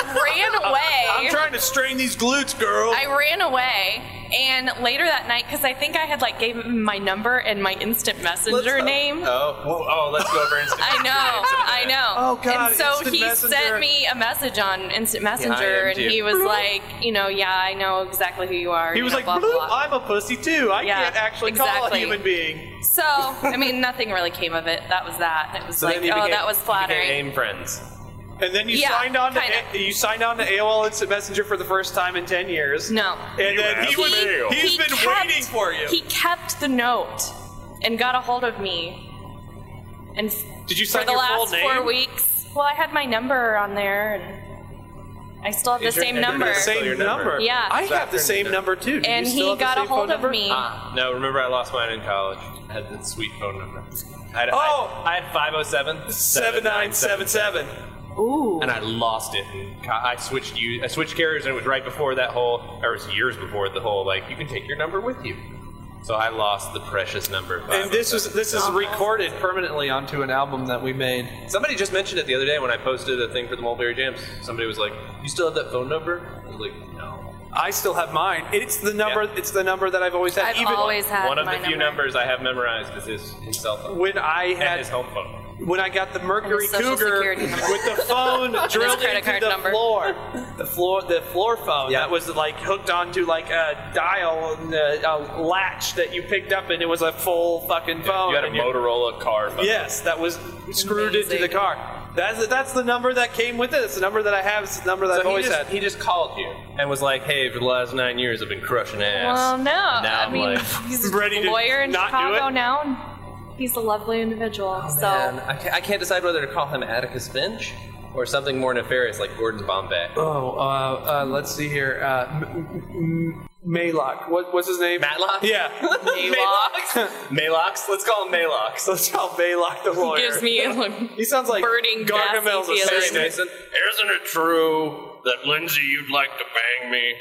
ran away. to strain these glutes, girl. I ran away, and later that night, because I think I had like gave him my number and my instant messenger name. oh, whoa, oh, let's go over Instagram. I know, I know. Oh, God, And so instant he messenger. sent me a message on Instant Messenger, and IMG. he was like, you know, yeah, I know exactly who you are. He you was know, like, blah, "Bloop, blah, blah." I'm a pussy too. I Yeah, can't actually call a exactly. human being. So, I mean, nothing really came of it. That was that. It was So like, then you oh, became- that was You flattering. became friends. And then you Yeah, signed on to kinda. you signed on to AOL Instant Messenger for the first time in ten years. No. And then he was he's he been kept- waiting for you. He kept the note and got a hold of me. And s- Did you for sign the your full last name? four weeks, well, I had my number on there, and I still have the Is your- same is your number. number Same Your number. number. Yeah. I have the same number too. Do you and still he have the got a same phone hold of number? me. Ah, no, remember I lost mine in college. I had that sweet phone number. I had, Oh! I, I had 507 Seven nine seven seven. Ooh. and I lost it. And co- I switched you. I switched carriers, and it was right before that whole, or it was years before the whole, like you can take your number with you. So I lost the precious number. And this was this is recorded permanently onto an album that we made. Somebody just mentioned it the other day when I posted a thing for the Mulberry Jams. Somebody was like, "You still have that phone number?" I was like, "No." I still have mine. It's the number. Yeah. It's the number that I've always had. I've even always had One of my the few number. numbers I have memorized is his, his cell phone when I and his had home phone. when I got the Mercury Social Cougar Security number. with the phone drilled credit into card the number. floor, the floor, the floor phone that was like hooked onto like a dial and a, a latch that you picked up, and it was a full fucking phone. You had a and you- Motorola car. phone. Yes, that was screwed into the Amazing. car. That's that's the number that came with it. It's the number that I have. It's the number that I've So he always just, had. he just called you and was like, "Hey, for the last nine years, I've been crushing ass." Well, no. Now I I'm mean, like, he's ready to a lawyer in not do Chicago it? Oh, now. and He's a lovely individual. so Man, I, ca- I can't decide whether to call him Atticus Finch or something more nefarious like Gordon Bombay. Oh, uh, uh, let's see here. Uh, M- M- M- Maylock. What, what's his name? Matlock? Yeah. Maylock. Malox? Let's call him Malox. Let's call Maylock the lawyer. Gives me a look. he sounds like burning Gargamel's gassy feeling. assistant. Mason. Isn't it true that Lindsay, you'd like to bang me?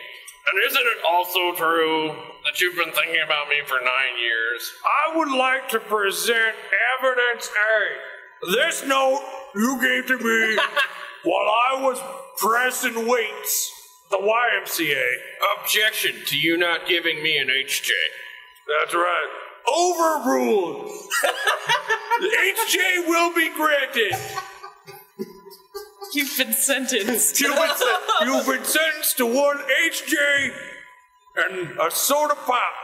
And isn't it also true that you've been thinking about me for nine years? I would like to present evidence A. This note you gave to me while I was pressing weights, the YMCA. Objection to you not giving me an HJ. That's right. Overruled. HJ will be granted. You've been sentenced. You've been, sen- you've been sentenced to one HJ and a soda pop.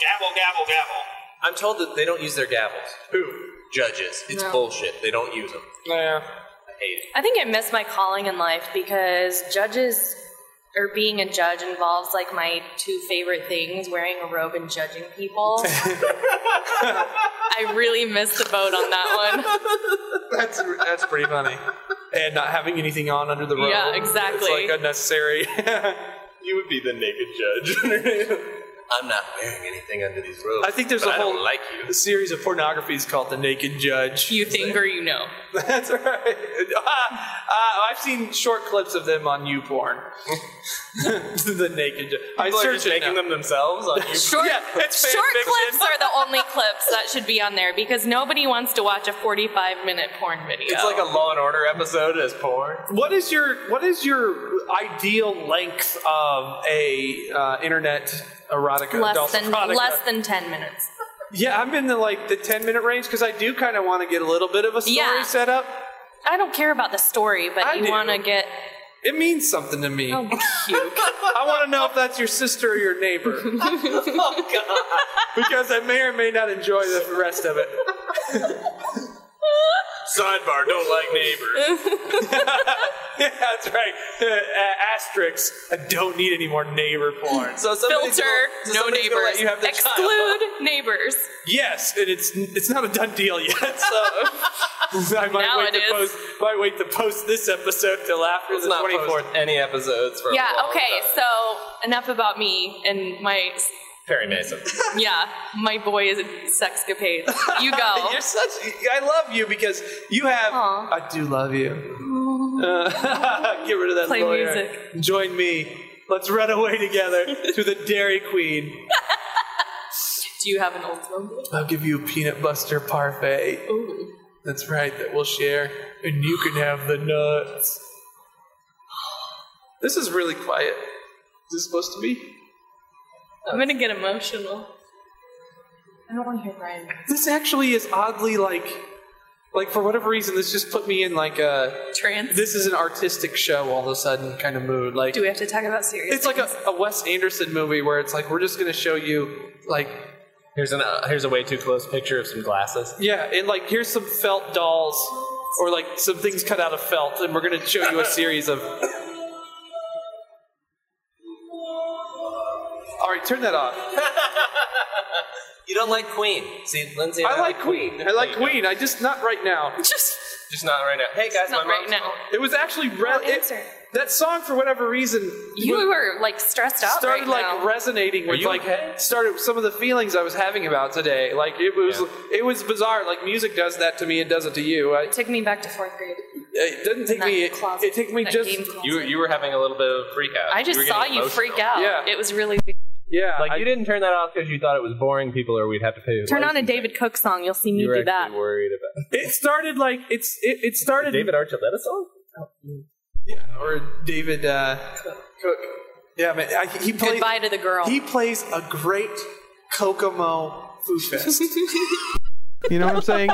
Gavel, gavel, gavel. I'm told that they don't use their gavels. Who? Judges. It's bullshit. They don't use them. Yeah. I hate it. I think I missed my calling in life because judges or being a judge involves like my two favorite things wearing a robe and judging people. I really missed the boat on that That's that's pretty funny. And not having anything on under the robe. Yeah, exactly. It's like unnecessary. You would be the naked judge. I'm not wearing anything under these robes. I think there's but a I whole don't like you. series of pornographies called The Naked Judge. one. You think or you know. That's right. Ah, ah, I've seen short clips of them on YouPorn. the Naked Judge. I People are search just it making now. them themselves on YouTube. Short, Yeah, it's fan short fiction. clips are the only clips that should be on there because nobody wants to watch a 45 minute porn video. It's like a Law and Order episode as porn. What is your what is your ideal length of a uh, internet erotica? adult less than erotica? less than 10 minutes. Yeah, I'm in the like the ten minute range because I do kind of want to get a little bit of a story Yeah. set up. I don't care about the story, but I you do. want to get It means something to me. oh, I want to know if that's your sister or your neighbor. Oh, because I may or may not enjoy the rest of it. Sidebar, don't like neighbor. Yeah, that's right. Uh, uh, asterisk. I don't need any more neighbor porn. So somebody's filter, gonna- so no somebody's gonna let neighbors. You have the child. Exclude neighbors. Yes, and it's it's not a done deal yet. So I might Now wait it to is. post might wait to post this episode till after Let's the not twenty fourth. post any episodes for Yeah, a long okay, time. so enough about me and my, Perry Mason. yeah, my boy is a sexcapade. You go. You're such. I love you because you have. Aw. I do love you. Uh, get rid of that Play lawyer. music. Join me. Let's run away together to the Dairy Queen. Do you have an old phone? I'll give you a peanut buster parfait. Ooh. That's right. That we'll share, and you can have the nuts. This is really quiet. Is this supposed to be? I'm gonna get emotional. I don't want to hear Brian. This actually is oddly like, like for whatever reason, this just put me in like a. Trans. This is an artistic show all of a sudden kind of mood. Like we have to talk about serious? it's like a, a Wes Anderson movie where it's like we're just gonna show you like Here's an uh, here's a way too close picture of some glasses. yeah, and like here's some felt dolls or like some things cut out of felt, and we're gonna show you a series of. All right, turn that off. You don't like Queen. See, Lindsay. and I like Queen. I like Queen. I just not right now. just Just not right now. Hey guys, not my right mom's now. It was actually re- it- answer. that song for whatever reason You were like stressed out started right like now. resonating with you like okay? started some of the feelings I was having about today. Like it was it was bizarre. Like music does that to me, it does it to you. I, Took me back to fourth grade. it doesn't take That me. It, closet, it took me that just game closet. You you were having a little bit of a freak out. I just were saw getting you emotional. freak out. Yeah. It was really. yeah. Like I- you didn't turn that off because you thought it was boring people, or we'd have to pay. you Turn on a license. David Cook song. You'll see me You were do that. actually worried about it started like it's it, it started David Archuleta song. or David uh, Cook. Yeah, man. I, he plays. goodbye to the girl. He plays a great Kokomo Food Fest. You know what I'm saying?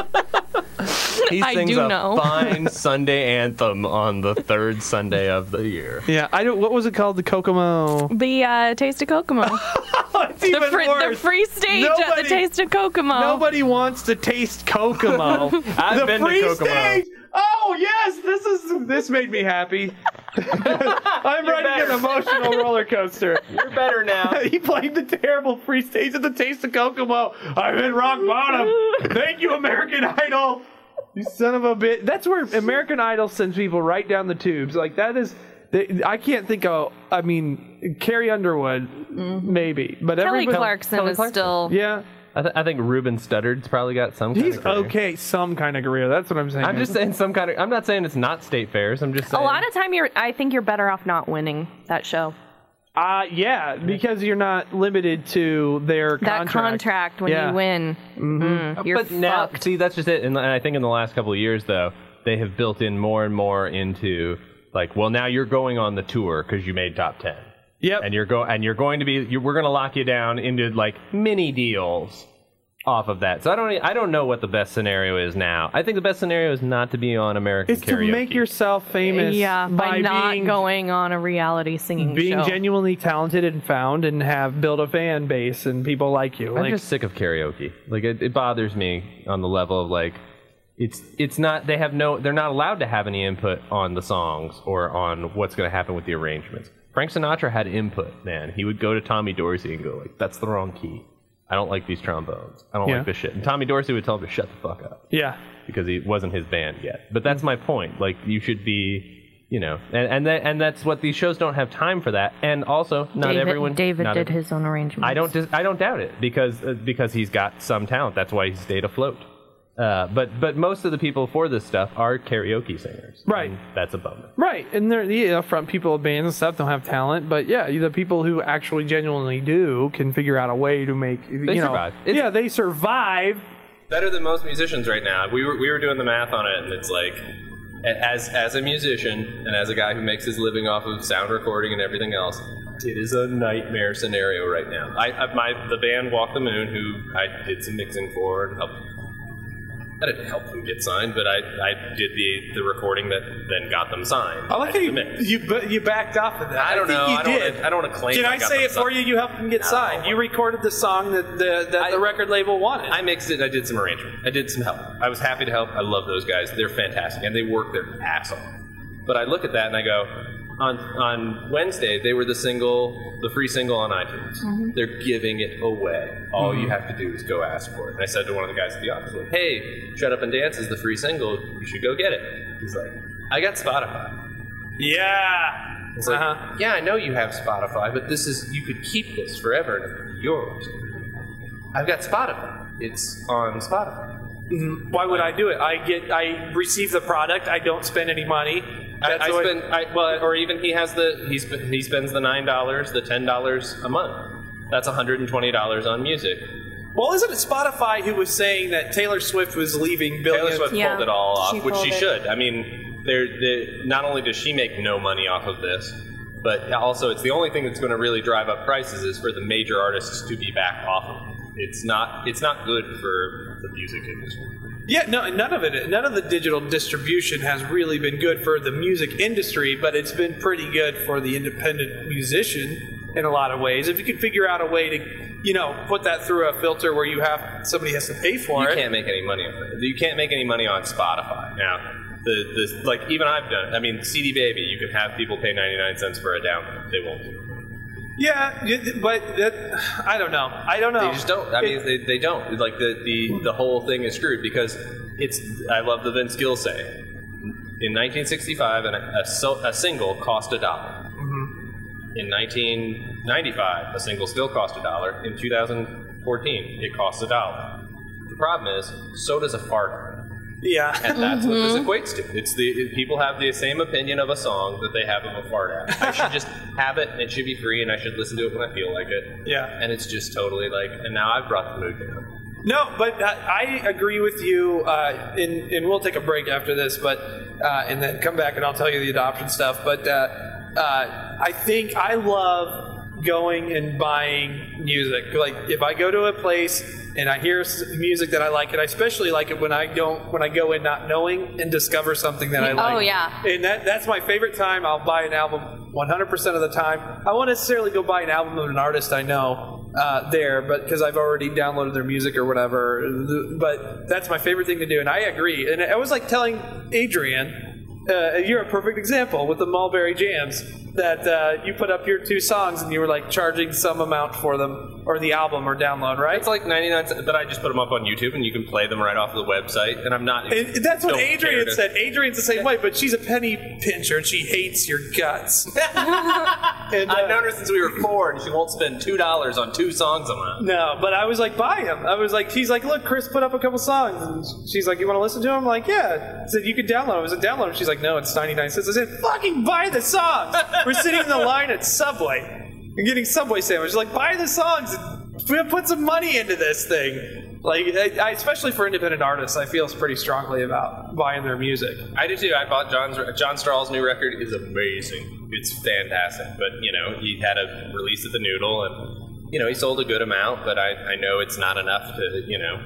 He I sings do a know. fine Sunday anthem on the third Sunday of the year. Yeah, I don't. What was it called? The Kokomo. The uh, Taste of Kokomo. It's the, even fr- the worse. free stage at Nobody- the Taste of Kokomo. Nobody wants to taste Kokomo. I've the been free to Kokomo. stage. Oh yes, this is this made me happy. I'm riding an emotional roller coaster. You're better now. he played the terrible free stage at the Taste of Kokomo. I'm in rock bottom. Thank you, American Idol. You son of a bitch. That's where American Idol sends people right down the tubes. Like that is. they- I can't think of. I mean, Carrie Underwood, Mm-hmm. maybe, but Kelly everybody. Clarkson Kelly is Clarkson. still. Yeah, I, th- I think Ruben Studdard's probably got some. Kind he's of career. okay. Some kind of career. That's what I'm saying. I'm just saying some kind of. I'm not saying it's not state fairs. I'm just A saying lot of time, you're. I think you're better off not winning that show, Uh, yeah, because you're not limited to their that contract. contract. When Yeah. you win, Mm, you're but now, fucked. see, that's just it. And I think in the last couple of years, though, they have built in more and more into like, well, now you're going on the tour because you made top ten, Yep. and you're go and you're going to be. You, we're going to lock you down into like mini deals off of that. So I don't. e- I don't know what the best scenario is now. I think the best scenario is not to be on American it's to karaoke. make yourself famous. yeah, by, not being, going on a reality singing being show. genuinely talented and found, and have built a fan base and people like you. I'm Like, just sick of karaoke. Like it, it bothers me on the level of like it's it's not they have no they're not allowed to have any input on the songs or on what's going to happen with the arrangements. Frank Sinatra had input, man. He would go to Tommy Dorsey and go like, "That's the wrong key. I don't like these trombones. I don't Yeah. like this shit." And Tommy Dorsey would tell him to shut the fuck up yeah, because he wasn't his band yet. But that's my point. Like you should be, you know, and and, that, and that's what these shows don't have time for that. And also, not David, everyone. David not did ev- his own arrangement. I don't. Dis- I don't doubt it because uh, because he's got some talent. That's why he stayed afloat. Uh, but but most of the people for this stuff are karaoke singers. Right. And that's a bummer. right. And they're the upfront people of bands and stuff don't have talent, but yeah, the people who actually genuinely do can figure out a way to make. They you know, survive. It's- yeah, they survive. better than most musicians right now. We were we were doing the math on it, and it's like, a- as as a musician and as a guy who makes his living off of sound recording and everything else, it is a nightmare scenario right now. I, I my the band Walk the Moon, who I did some mixing for and helped. I didn't help them get signed, but I, I did the, the recording that then got them signed. I like how did the you mix. you, ba- you backed off of that. I don't think know. You I don't did. wanna- I don't wanna claim Can I I got say it them for you? You helped them get signed. You recorded the song that the that the I- record label wanted. I mixed it. and I did some arrangement. I did some help. I was happy to help. I love those guys. They're fantastic, and they work their ass off. But I look at that and I go, on on Wednesday they were the single, the free single on iTunes. They're giving it away. All you have to do is go ask for it. And I said to one of the guys at the office, like, "Hey, Shut Up and Dance is the free single. You should go get it." He's like, "I got Spotify." yeah. It's like, yeah, I know you have Spotify, but this is you could keep this forever and it would be yours. I've got Spotify. It's on Spotify. Mhm. Why would I do it? I get I receive the product. I don't spend any money. I, That's I what- spend, I, well, or even he has the he, sp- he spends the nine dollars, the ten dollars a month. That's hundred and twenty dollars on music. well, isn't it Spotify who was saying that Taylor Swift was leaving? Taylor Billions. Swift Yeah. pulled it all off, She which she pulled it. should. I mean, they're, they not only does she make no money off of this, but also it's the only thing that's going to really drive up prices is for the major artists to be back off of it. It's not it's not good for the music industry. Yeah, no, none of it. None of the digital distribution has really been good for the music industry, but it's been pretty good for the independent musician in a lot of ways. If you can figure out a way to, you know, put that through a filter where you have somebody has to pay for You it. can't make any money on it. You can't make any money on Spotify. Now, the, the like even I've done. it. I mean, CD Baby, you can have people pay 99 cents for a download. They won't. do it. Yeah, you- but that, I don't know. I don't know. They just don't. I mean, they, they don't. Like the, the the whole thing is screwed because it's. I love the Vince Gill saying. In 1965, an, a, so- a single cost a dollar. Mm-hmm. In 1995, a single still cost a dollar. In 2014, it costs a dollar. The problem is, so does a fart. yeah. And that's what this equates to. It's the it- people have the same opinion of a song that they have of a fart app. I should just have it, and it should be free, and I should listen to it when I feel like it. Yeah. And it's just totally like. And now I've brought the mood down. No, but uh, I, I agree with you, uh, and, and we'll take a break after this, but uh, and then come back and I'll tell you the adoption stuff. But uh, uh, I think I love going and buying music. Like if I go to a place and I hear s- music that I like, and I especially like it when I don't when I go in not knowing and discover something that I like. Oh, yeah. And that that's my favorite time. I'll buy an album 100% of the time. I won't necessarily go buy an album of an artist I know. Uh, there, but because I've already downloaded their music or whatever, Th- but that's my favorite thing to do, and I agree. And I was like telling Adrian uh, you're a perfect example with the mulberry jams that uh, you put up your two songs and you were like charging some amount for them or the album or download right It's like 99 cents, but I just put them up on YouTube and you can play them right off the website. And I'm not. and that's what don't care adrian to- said adrian's the same way but she's a penny pincher and she hates your guts and, uh, I've known her since we were four, and she won't spend two dollars on two songs a month. no but i was like buy him i was like she's like look chris put up a couple songs and she's like you want to listen to them i'm like yeah I said you can download them i said download them she's like no it's 99 cents i said fucking buy the songs we're sitting in the line at subway You're getting Subway sandwiches. Like, buy the songs. and Put some money into this thing. Like, I, I- especially for independent artists, I feel pretty strongly about buying their music. I do too. I bought John's John Straw's new record is amazing. It's fantastic. But you know, he had a release of the Noodle, and you know, he sold a good amount. But I, I know it's not enough to you know,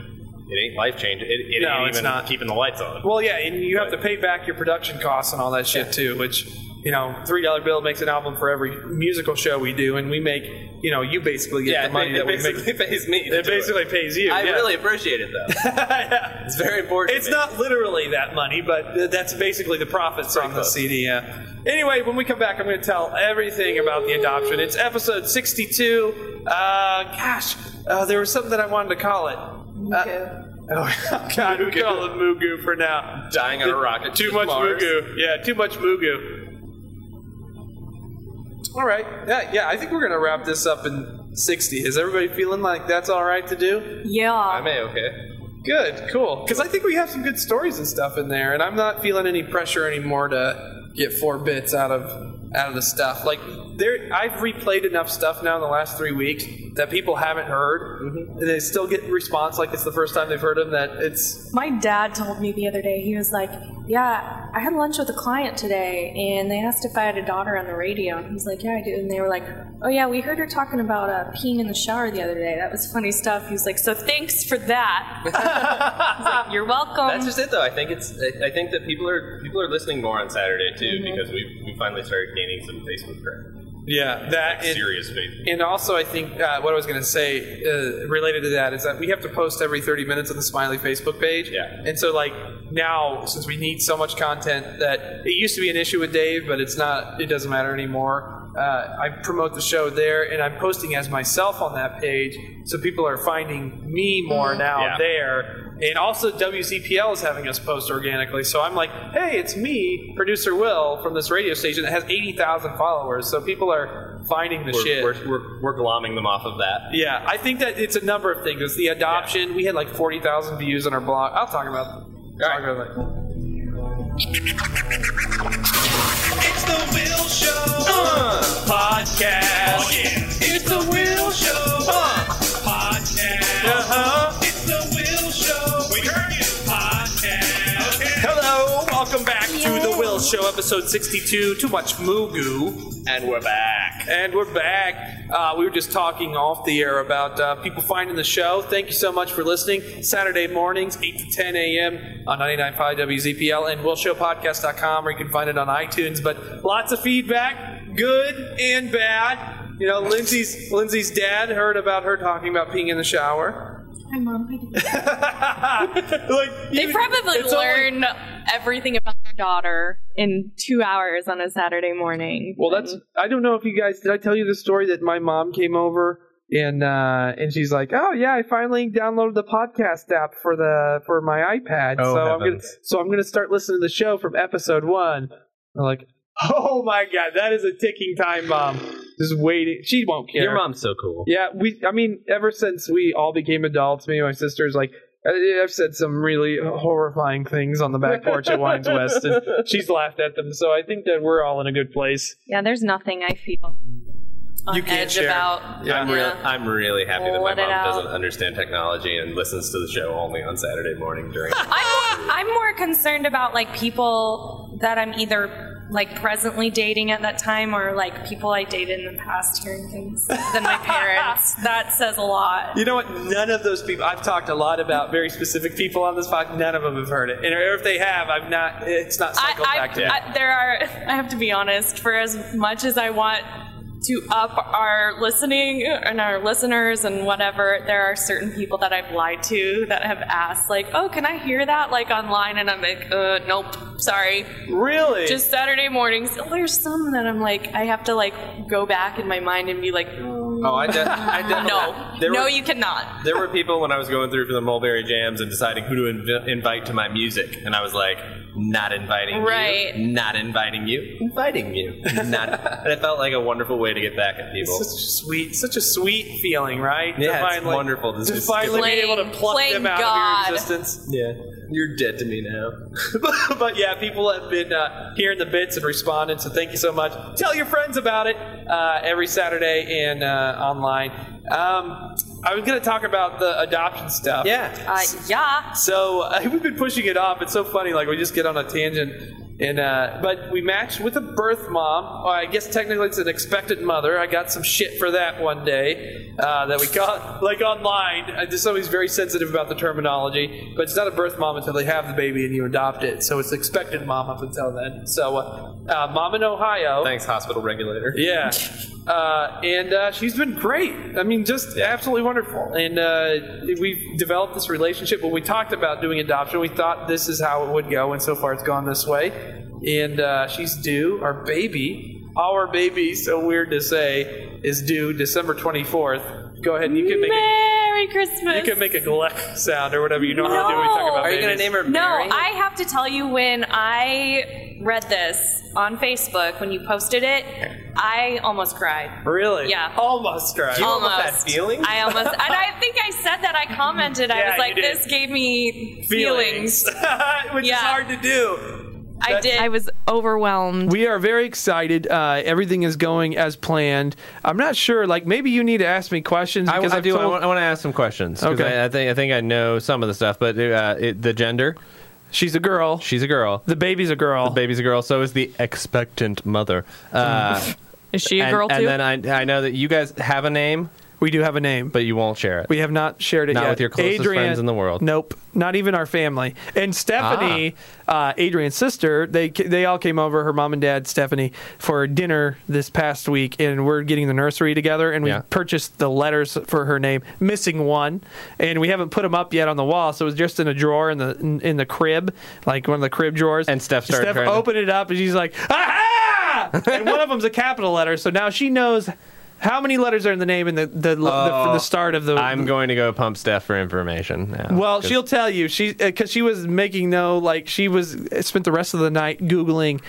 it ain't life changing. It, it No, ain't it's even not. keeping the lights on. Well, yeah, and you have to pay back your production costs and all that shit too, which you know, three dollar bill makes an album for every musical show we do, and we make you know, you basically get yeah, the money it, that we make. basically pays me. to It do basically pays you. I yeah. really appreciate it though. Yeah. It's very important. to It's me. not literally that money, but th- that's basically the profits on the CD. Yeah. Anyway, when we come back, I'm going to tell everything about the adoption. It's episode 62. Uh, gosh, uh, there was something that I wanted to call it. Uh, oh, God, we call it Mugu for now. dying on a rocket. Too to much Mars. Mugu. Yeah, too much Mugu. All right. Yeah, yeah. I think we're going to wrap this up in 60. Is everybody feeling like that's all right to do? I'm a okay. Good, cool. Because I think we have some good stories and stuff in there, and I'm not feeling any pressure anymore to get four bits out of out of the stuff. Like there, I've replayed enough stuff now in the last three weeks that people haven't heard, Mm-hmm. and they still get response like it's the first time they've heard them. That it's My dad told me the other day, he was like, Yeah, I had lunch with a client today and they asked if I had a daughter on the radio. And he was like, Yeah, I do. And they were like, Oh, yeah, we heard her talking about uh, peeing in the shower the other day. That was funny stuff. He was like, So thanks for that. I was like, You're welcome. That's just it, though. I think it's. I I think that people are people are listening more on Saturday too because we we finally started gaining some Facebook credit. yeah, that and, Serious Facebook. and also I think uh, what I was going to say uh, related to that is that we have to post every 30 minutes on the Smiley Facebook page. Yeah. And so like now, since we need so much content, that it used to be an issue with Dave, but it's not. It doesn't matter anymore. Uh, I promote the show there, and I'm posting as myself on that page, so people are finding me more now Yeah. there. And also WCPL is having us post organically, so I'm like, hey, it's me, producer Will from this radio station that has 80,000 followers. So people are finding the We're, shit. we're, we're, we're glomming them off of that. Yeah, I think that it's a number of things. It's the adoption. We had like forty thousand views on our blog. I'll talk about. Talk about that. It's the Will Show Podcast. Oh, yeah. It's the Will Show podcast. Uh-huh. It's the Will Show. We heard you podcast. Okay. Hello, welcome back to the Will Show, episode sixty-two. Too much mugu, And we're back. and we're back. Uh, we were just talking off the air about uh, people finding the show. Thank you so much for listening. Saturday mornings, eight to ten a.m. on 99.5 WZPL and WillShowPodcast.com, or you can find it on iTunes. But lots of feedback, good and bad. You know, Lindsay's Lindsay's dad heard about her talking about peeing in the shower. Hi, Mom. I did that. like They probably learn everything about their daughter in two hours on a Saturday morning. well, that's I don't know if you guys did. I tell you the story that my mom came over and uh, and she's like, oh yeah, I finally downloaded the podcast app for the for my iPad. Oh, so I'm gonna heavens. so I'm gonna start listening to the show from episode one. I'm like, oh my god, that is a ticking time bomb. Just waiting. She won't care. Your mom's so cool. Yeah, we. I mean, ever since we all became adults, me and my sisters, like I- I've said some really horrifying things on the back porch at Wines West, and she's laughed at them. So I think that we're all in a good place. Yeah, there's nothing I feel on You can't edge share. about. I'm, real, I'm really happy that my Let it mom out. doesn't understand technology and listens to the show only on Saturday morning during. I'm, more, I'm more concerned about like people that I'm either like presently dating at that time or like people I dated in the past hearing things than my parents. that says a lot. You know what? None of those people. I've talked a lot about very specific people on this podcast. None of them have heard it, and or if they have, I've not. It's not cycled I, back to I, me. I, there are. I have to be honest. For as much as I want to up our listening and our listeners and whatever, there are certain people that I've lied to that have asked, like, "Oh, can I hear that?" Like online, and I'm like, "Uh, nope, sorry." really? Just Saturday mornings. Oh, there's some that I'm like, I have to like go back in my mind and be like, Oh, I, de- I definitely. "No, There no, were, you cannot." There were people when I was going through for the Mulberry Jams and deciding who to inv- invite to my music, and I was like, not inviting Right. you, not inviting you, inviting you, not. and it felt like a wonderful way to get back at people. It's such a sweet, such a sweet feeling, right? Yeah, to it's finally, wonderful to To just- finally Plain- be able to pluck plain them out of God. your existence. yeah, you're dead to me now. but, but yeah, people have been uh, hearing the bits and responding, so thank you so much. Tell your friends about it uh, every Saturday and uh, online. Um, I was going to talk about the adoption stuff. Yeah, Uh, yeah. So uh, we've been pushing it off. It's so funny. Like we just get on a tangent. And uh, but we matched with a birth mom. Or I guess technically it's an expectant mother. I got some shit for that one day uh, that we got like online. I just somebody's very sensitive about the terminology. But it's not a birth mom until they have the baby and you adopt it. So it's expectant mom up until then. So uh, uh, mom in Ohio. thanks, hospital regulator. Yeah. Uh, and uh, she's been great. I mean, just absolutely wonderful. And uh, we've developed this relationship. When we talked about doing adoption, we thought this is how it would go, and so far it's gone this way. And uh, she's due, our baby, our baby, so weird to say, is due December 24th. Go ahead and you can make a, Merry Christmas. you can make a glek sound or whatever you normally do when we talk about Are you gonna babies. name her? No, Mary? I have to tell you, when I read this on Facebook, when you posted it, I almost cried. Really? Yeah. Almost right. You almost had feelings? I almost, and I think I said that. I commented. I Yeah, was like, you did. "This gave me feelings." Which Yeah. is hard to do. I did. I was overwhelmed. We are very excited. Uh, everything is going as planned. I'm not sure. Like maybe you need to ask me questions I, because I I've do. I told- want, I want to ask some questions. 'cause Okay. I, I think I think I know some of the stuff, but uh, it, the gender. she's a girl. She's a girl. the baby's a girl. Baby's a girl. So is the expectant mother. Uh, Is she a and, girl and too? then I, I know that you guys have a name, we do have a name, but you won't share it. We have not shared it Not yet. with your closest Adrian, friends in the world. Nope, not even our family. And Stephanie, Ah. uh, Adrian's sister, they they all came over. Her mom and dad, Stephanie, for dinner this past week, and we're getting the nursery together. And we Yeah. purchased the letters for her name, missing one, and we haven't put them up yet on the wall. So it's just in a drawer in the in, in the crib, like one of the crib drawers. And Steph started Steph trying to- opened it up, and she's like, "Ah!" and one of them's a capital letter, so now she knows. How many letters are in the name and the the, the, the start of the Oh, I'm going to go pump Steph for information. now, well, 'cause- she'll tell you. She because she was making no like she was uh, spent the rest of the night googling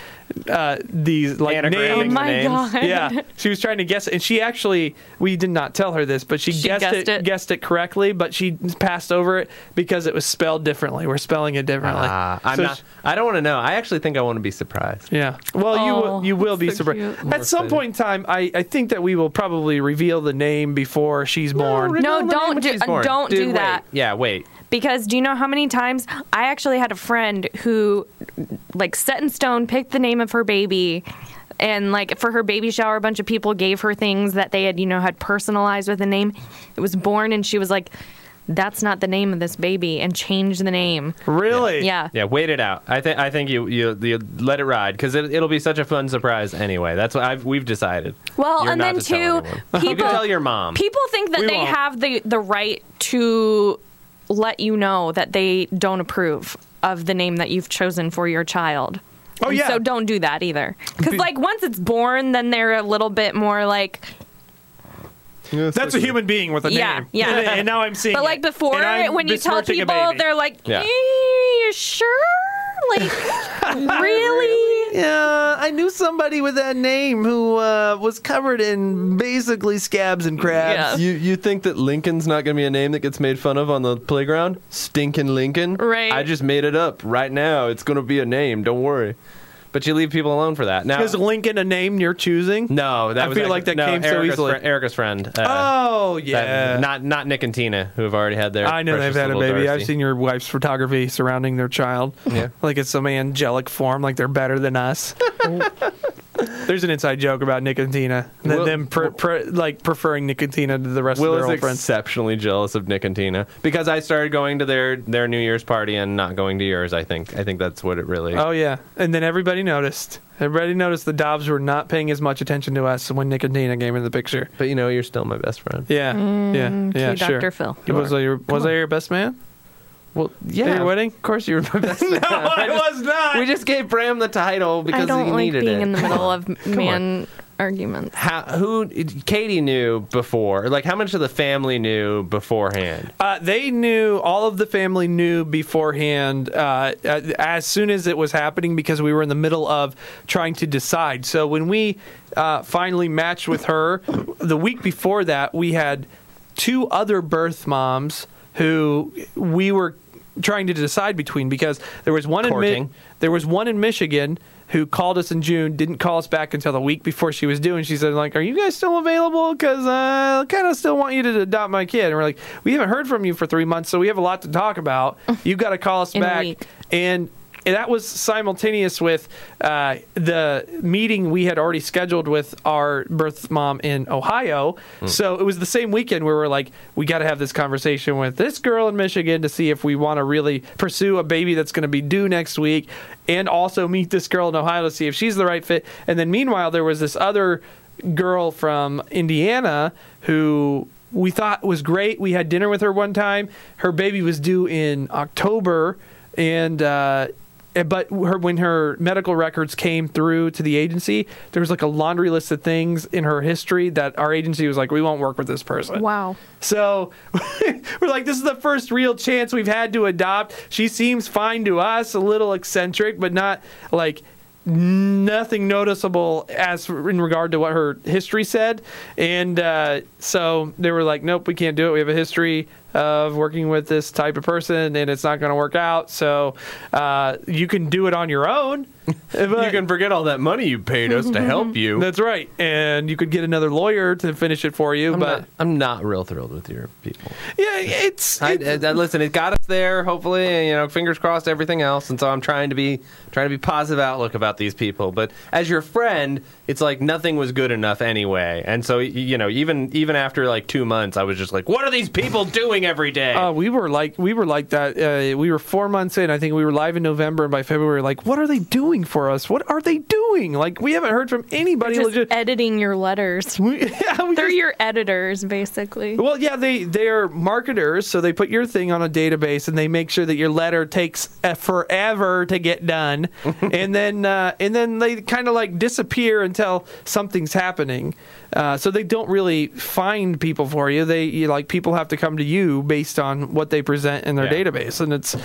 uh, these like Anagramming names. the Oh my names. God. Yeah, she was trying to guess it, and she actually we did not tell her this, but she, guessed, guessed it, it. guessed it correctly, but she passed over it because it was spelled differently. We're spelling it differently. Ah, I'm So not. she- I don't want to know. I actually think I want to be surprised. yeah. Well, you will- Oh, you will be that's so surprised. cute. At some point in time, I, I think that we will probably reveal the name before she's born. No, Reveal the don't name when do- she's born. don't Dude, do wait. that. Yeah, wait. because do you know how many times I actually had a friend who, like, set in stone picked the name of her baby. And like for her baby shower, a bunch of people gave her things that they had, you know, had personalized with a name. It was born, and she was like, "That's not the name of this baby," and changed the name. Really? Yeah, Yeah, wait it out. I think I think you you, you let it ride because it, it'll be such a fun surprise anyway. That's what I've we've decided. Well, You're and not then to tell too, anyone. you people- can tell your mom. People think that We they won't. have the, the right to let you know that they don't approve of the name that you've chosen for your child. Oh, And yeah. So don't do that either. Because Be- like once it's born, then they're a little bit more like. That's a human being with a Yeah, name. yeah. And, and now I'm seeing. But it. like before, And I'm when you tell besmirching a people, baby. they're like, Yeah. "Eh, you sure? Like really? Yeah, I knew somebody with that name who uh, was covered in basically scabs and crabs. You you think that Lincoln's not going to be a name that gets made fun of on the playground? Stinking Lincoln. Right. I just made it up right now. It's going to be a name. Don't worry. But you leave people alone for that. Now, Is Lincoln a name you're choosing? no, that I was feel actually- like that no, came so Erica's easily. friend- Erica's friend. uh, Oh that- yeah. not not Nick and Tina, who have already had their. I know they've precious had a little baby. I've Darcy. seen your wife's photography surrounding their child. Yeah. Like it's some angelic form, like they're better than us. There's an inside joke about Nicotina. Th- Will- them pre- pre- like preferring Nicotina to the rest Will of is their old friends. exceptionally jealous of Nick and Tina because I started going to their their New Year's party and not going to yours. I think I think that's what it really. Oh yeah. And then everybody noticed. Everybody noticed the Dobbs were not paying as much attention to us when Nicotina came in the picture. But you know, you're still my best friend. Yeah. yeah. Yeah. cue Sure. Dr. Phil. You was I your was I your best man? Well, yeah. your wedding? Of course, you were my best friend. I just- not. We just gave Bram the title because I don't he like needed being it. in the middle of man arguments. how, who Katie knew before? Like, how much of the family knew beforehand? Uh, they knew all of the family knew beforehand uh, as soon as it was happening because we were in the middle of trying to decide. So when we uh, finally matched with her, the week before that, we had two other birth moms who we were trying to decide between because there was one in Mi- Courting. there was one in Michigan who called us in June, didn't call us back until the week before she was due, and she said, "Like, are you guys still available? Because I kind of still want you to adopt my kid." And we're like, "We haven't heard from you for three months, so we have a lot to talk about. You've got to call us In a back." week. And that was simultaneous with uh, the meeting we had already scheduled with our birth mom in Ohio. So it was the same weekend where we're like, we got to have this conversation with this girl in Michigan to see if we want to really pursue a baby that's going to be due next week and also meet this girl in Ohio to see if she's the right fit. And then meanwhile, there was this other girl from Indiana who we thought was great. We had dinner with her one time. Her baby was due in October, and uh, eh, but her when her medical records came through to the agency, there was like a laundry list of things in her history that our agency was like, we won't work with this person. Wow. So we're like, this is the first real chance we've had to adopt. She seems fine to us, a little eccentric, but not like nothing noticeable as in regard to what her history said. And uh, so they were like, nope, we can't do it. We have a history of working with this type of person, and it's not going to work out. So uh, you can do it on your own. you can forget all that money you paid us to help you. That's right, and you could get another lawyer to finish it for you. I'm, but not, I'm not real thrilled with your people. yeah, it's, I, it's I- I- uh, listen, it got us there. Hopefully, and, you know, fingers crossed. Everything else, and so I'm trying to be trying to be positive outlook about these people. But as your friend, it's like nothing was good enough anyway. And so y- you know, even even after like two months, I was just like, what are these people doing every day? Uh, we were like we were like that. Uh, we were four months in. I think we were live in November, and by February, we were like, what are they doing for us? What are they doing? Like we haven't heard from anybody. Just legit. editing your letters. We- yeah, we They're just- your editors, basically. well, yeah, they they are marketers, so they put your thing on a database and they make sure that your letter takes uh, forever to get done, and then uh, and then they kind of like disappear until something's happening. Uh, so they don't really find people for you. They you, like people have to come to you based on what they present in their Yeah. database, and it's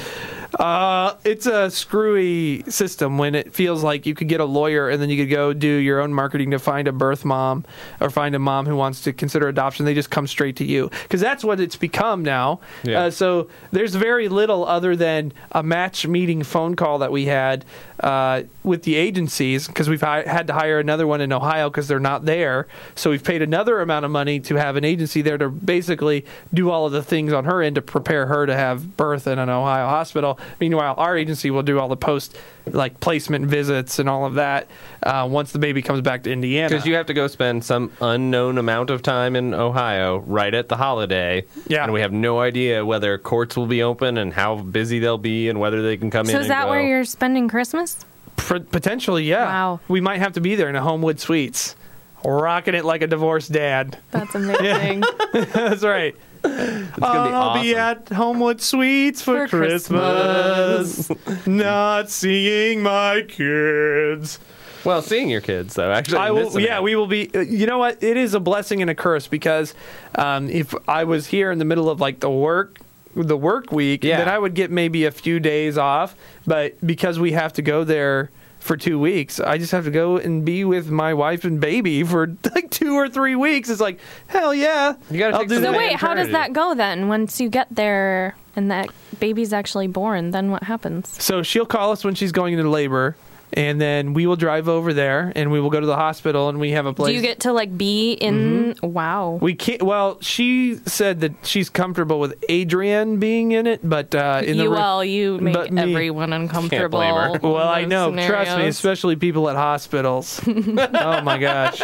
uh, it's a screwy system when it feels like you could get a lawyer and then you could go do your own marketing to find a birth mom or find a mom who wants to consider adoption. They just come straight to you because that's what it's become now. Yeah. Uh, so there's very little other than a match meeting phone call that we had uh, with the agencies because we've hi- had to hire another one in Ohio because they're not there. So we've paid another amount of money to have an agency there to basically do all of the things on her end to prepare her to have birth in an Ohio hospital. Meanwhile, our agency will do all the post like placement visits and all of that uh, once the baby comes back to Indiana. Because you have to go spend some unknown amount of time in Ohio right at the holiday. Yeah. And we have no idea whether courts will be open and how busy they'll be and whether they can come in. So is and that go. where you're spending Christmas? P- potentially, yeah. Wow. We might have to be there in a Homewood Suites, rocking it like a divorced dad. That's amazing. That's right. It's gonna be I'll awesome. be at Homewood Suites for, For Christmas. Christmas. not seeing my kids. well, seeing your kids though. Actually, I in will. this Yeah, scenario. we will be. uh, You know what? It is a blessing and a curse because um, if I was here in the middle of like the work, the work week, Yeah. then I would get maybe a few days off. But because we have to go there for two weeks, I just have to go and be with my wife and baby for like two or three weeks. It's like hell yeah. You gotta I'll take do some that. so wait, how does maternity. that go then? Once you get there and that baby's actually born, then what happens? So she'll call us when she's going into labor, and then we will drive over there and we will go to the hospital and we have a place. Do you get to like be in? Wow. we can't. Well, she said that she's comfortable with Adrian being in it, but uh, in the you room- well, you make but me- everyone uncomfortable. her. in Well, I those know. Trust me, scenarios. especially people at hospitals. oh my gosh,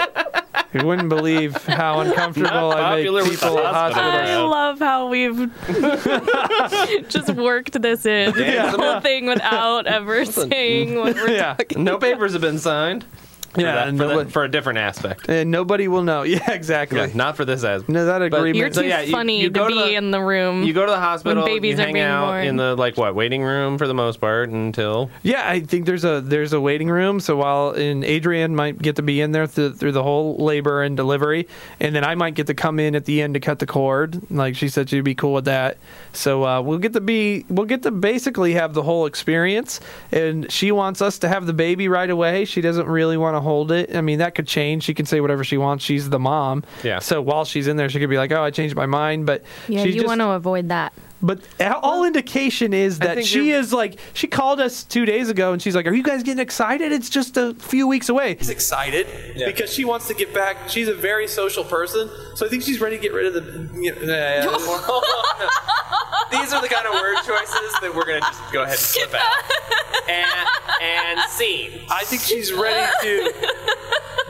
you wouldn't believe how uncomfortable I make popular with people the at hospitals. I love how we've just worked this in the whole thing without ever saying what we're Yeah, No papers have been signed. For yeah, that- and, for, that- nobody, for a different aspect. and nobody will know. Yeah, exactly. Yeah, not for this aspect. No, that agreement. You're So, too yeah, you- funny you to go be to the- in the room. You go to the hospital. babies you are hang being out born. in the like what waiting room for the most part until Yeah, I think there's a there's a waiting room. So while in Adrian might get to be in there through, through the whole labor and delivery, and then I might get to come in at the end to cut the cord. Like she said, she'd be cool with that. So uh, we'll get to be we'll get to basically have the whole experience. And she wants us to have the baby right away. She doesn't really want to hold it. I mean, that could change. She can say whatever she wants. She's the mom. Yeah. So while she's in there, she could be like, "Oh, I changed my mind," but yeah, she you just- want to avoid that. but all indication is that think she you're- is like she called us two days ago and she's like, "Are you guys getting excited? It's just a few weeks away." She's excited because she wants to get back. She's a very social person, so I think she's ready to get rid of the. you know, uh, These are the kind of word choices that we're gonna just Go ahead and slip out. and, and scene. I think she's ready to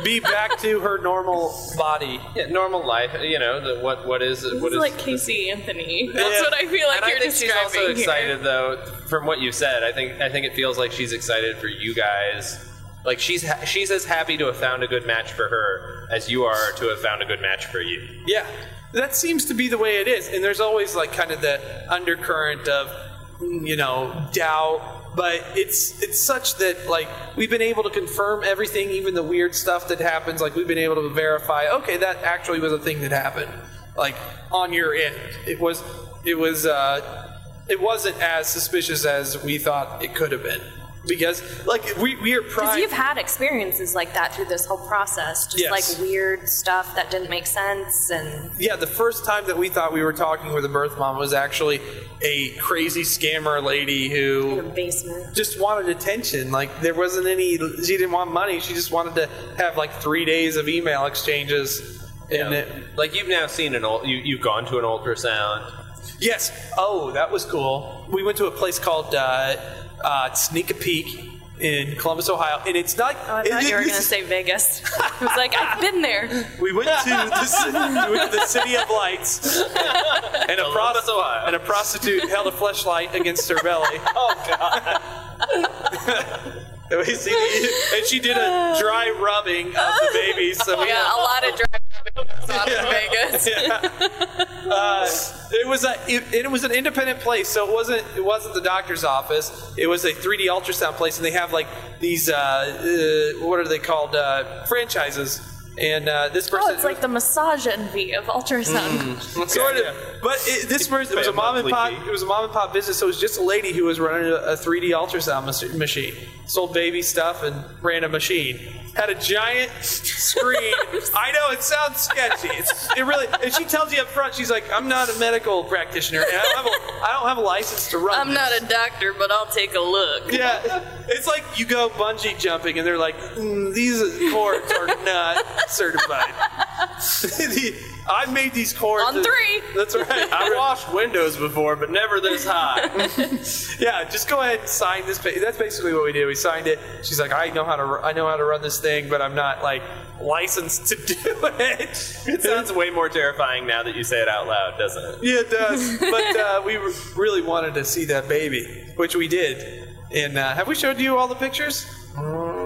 be back to her normal body. Yeah, normal life. You know the, what? What is? This what is is? like Casey Anthony. That's Yeah. what I feel like and you're I think she's describing also here. excited though. From what you said, I think I think it feels like she's excited for you guys. Like she's ha- she's as happy to have found a good match for her as you are to have found a good match for you. Yeah, that seems to be the way it is. And there's always like kind of the undercurrent of, you know, doubt. But it's it's such that like we've been able to confirm everything, even the weird stuff that happens. Like we've been able to verify, okay, that actually was a thing that happened. Like on your end, it was it was uh, it wasn't as suspicious as we thought it could have been. Because like we we are Because primed. you've had experiences like that through this whole process, just Yes. like weird stuff that didn't make sense, and Yeah, the first time that we thought we were talking with a birth mom was actually a crazy scammer lady in a who basement. just wanted attention. Like there wasn't any. She didn't want money. She just wanted to have like three days of email exchanges. And Yeah. it, like you've now seen an ul- you you've gone to an ultrasound. yes, oh, that was cool. We went to a place called uh, uh, Sneak a Peek in Columbus, Ohio, and it's not. Oh, I thought you were going to say Vegas. I was like, I've been there. We went to the, ci- we went to the City of Lights, and a, prost- and a prostitute held a flashlight against her belly. Oh God! we see the, and she did a dry rubbing of the baby, so we Yeah, a lot of driving out of Vegas. it was a it, and it was an independent place, so it wasn't it wasn't the doctor's office. It was a 3D ultrasound place, and they have like these uh, uh, what are they called uh, franchises. And uh, this person Oh, it's like the massage envy of ultrasound. sort of. But it, this person, it was a mom and pop. It was a mom and pop business, so it was just a lady who was running a, a 3D ultrasound mas- machine, sold baby stuff, and ran a machine. Had a giant screen. I know it sounds sketchy. It's, it really. And she tells you up front, she's like, "I'm not a medical practitioner, and I don't have a, I don't have a license to run." I'm this." not a doctor, but I'll take a look. Yeah, it's like you go bungee jumping, and they're like, mm, "These cords are not certified." The- I made these cords On three. That's right. I washed windows before, but never this high. yeah, just go ahead and sign this. pa- That's basically what we did. We signed it. She's like, "I know how to, ru- I know how to run this thing, but I'm not like licensed to do it." It sounds way more terrifying now that you say it out loud, doesn't it? Yeah, it does. but uh, we re- really wanted to see that baby, which we did. And uh, have we showed you all the pictures?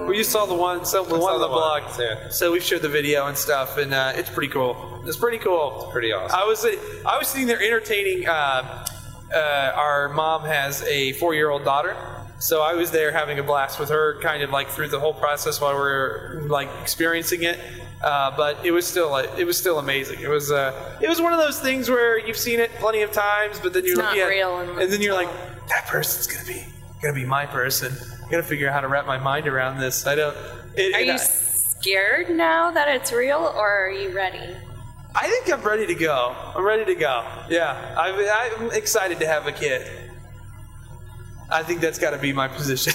We just saw the one, so the one saw on the, the block. ones, yeah. So we've showed the video and stuff, and uh, it's pretty cool. It's pretty cool. pretty awesome. I was uh, I was sitting there entertaining. Uh, uh, our mom has a four-year-old daughter, so I was there having a blast with her, kind of like through the whole process while we were like experiencing it. Uh, but it was still like, it was still amazing. It was uh, it was one of those things where you've seen it plenty of times, but then you're not looking at- real and and then you're like, that person's gonna be gonna be my person. I gotta figure out how to wrap my mind around this. I don't. It, Are it- you I- scared now that it's real, or are you ready? I think I'm ready to go. I'm ready to go. Yeah, I'm, I'm excited to have a kid. I think that's got to be my position.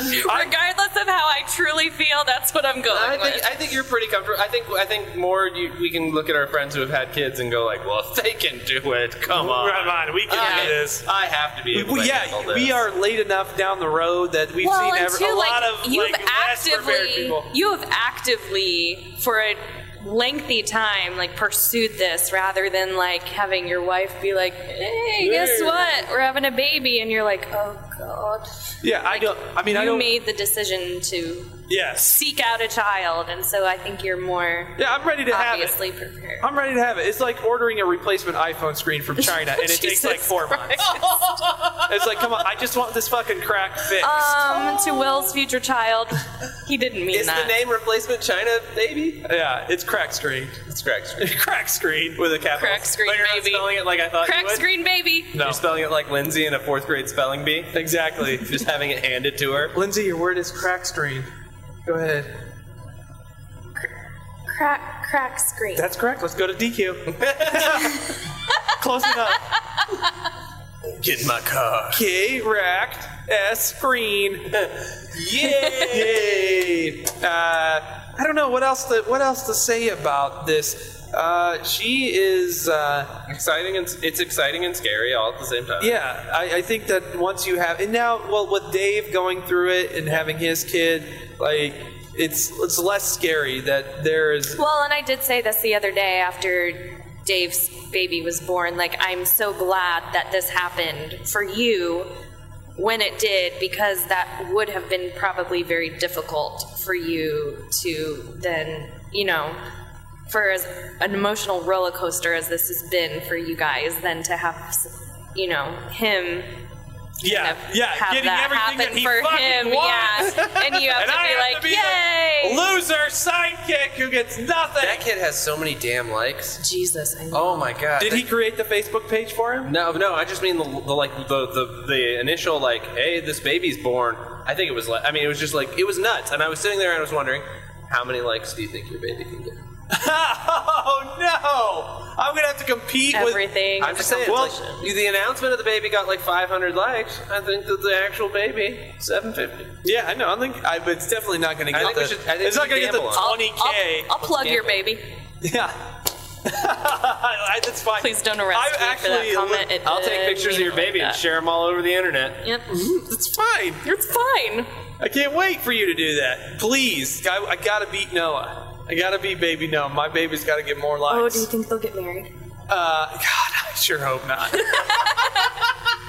Regardless of how I truly feel, that's what I'm going I with. think I think you're pretty comfortable. I think I think more you, we can look at our friends who have had kids and go like, well, if they can do it, come on, Come on, we can I, do this. I have to be. Able We, to Ah, yeah, handle this. we are late enough down the road that we've well, seen and ever, too, a like, lot of you've like, less prepared actively people. you have actively for a lengthy time like pursued this rather than like having your wife be like, hey, guess what? We're having a baby, and you're like, oh god. Yeah, I don't. I mean, I you don't. made the decision to yes. seek out a child, and so I think you're more Yeah, I'm ready to have it. obviously prepared. I'm ready to have it. It's like ordering a replacement iPhone screen from China, and it takes like Jesus four months. It's like, come on, I just want this fucking crack fixed. Uh, Um, to Will's future child, he didn't mean Is that. the name replacement China baby? yeah, it's crack screen. It's correct. crack screen with a capital. Crack screen but you're baby. not spelling it like I thought you Crack would. screen baby. You're spelling it like Lindsay in a fourth grade spelling bee. Exactly. Just having it handed to her. Lindsay, your word is crack screen. Go ahead. Crack crack screen. That's correct. Let's go to DQ. Close enough. Get in my car. K racked S screen. Yay! Uh, I don't know what else to what else to say about this. Uh, she is. Uh, Exciting and it's exciting and scary all at the same time. yeah, I, I think that once you have and now, well, with Dave going through it and having his kid, like it's it's less scary that there is. Well, and I did say this the other day after Dave's baby was born. Like, I'm so glad that this happened for you when it did, because that would have been probably very difficult for you to then, you know, for as an emotional roller coaster as this has been for you guys, then to have, you know, him. Yeah, kind of yeah, have getting that everything that happen he for fucking him, wants. yeah, and you have And to I be have like, to be "Yay!" the loser sidekick who gets nothing. That kid has so many damn likes. Jesus, I know. Oh my god. Did he create the Facebook page for him? No, no. I just mean the, the like the, the the initial like, hey, this baby's born. I think it was like, I mean, it was just like it was nuts. And I was sitting there and I was wondering, how many likes do you think your baby can get? oh no! I'm gonna have to compete Everything. I'm is just a saying, it's competition. like, the announcement of the baby got like 500 likes. I think that the actual baby 750. with. Yeah, I know. I think I, but it's definitely not gonna I get think the. we should- I think it's we not should gonna get the gamble on 20k. I'll, I'll plug your baby. yeah. I- That's fine. Please don't arrest I'm me for actually- that comment. It I'll take didn't pictures of mean your it like baby and that. share them all over the internet. Yep. It's fine. It's fine. I can't wait for you to do that. Please, I, I gotta beat Noah. I gotta beat baby Noah. My baby's gotta get more likes. think they'll get married? Uh, God, I sure hope not.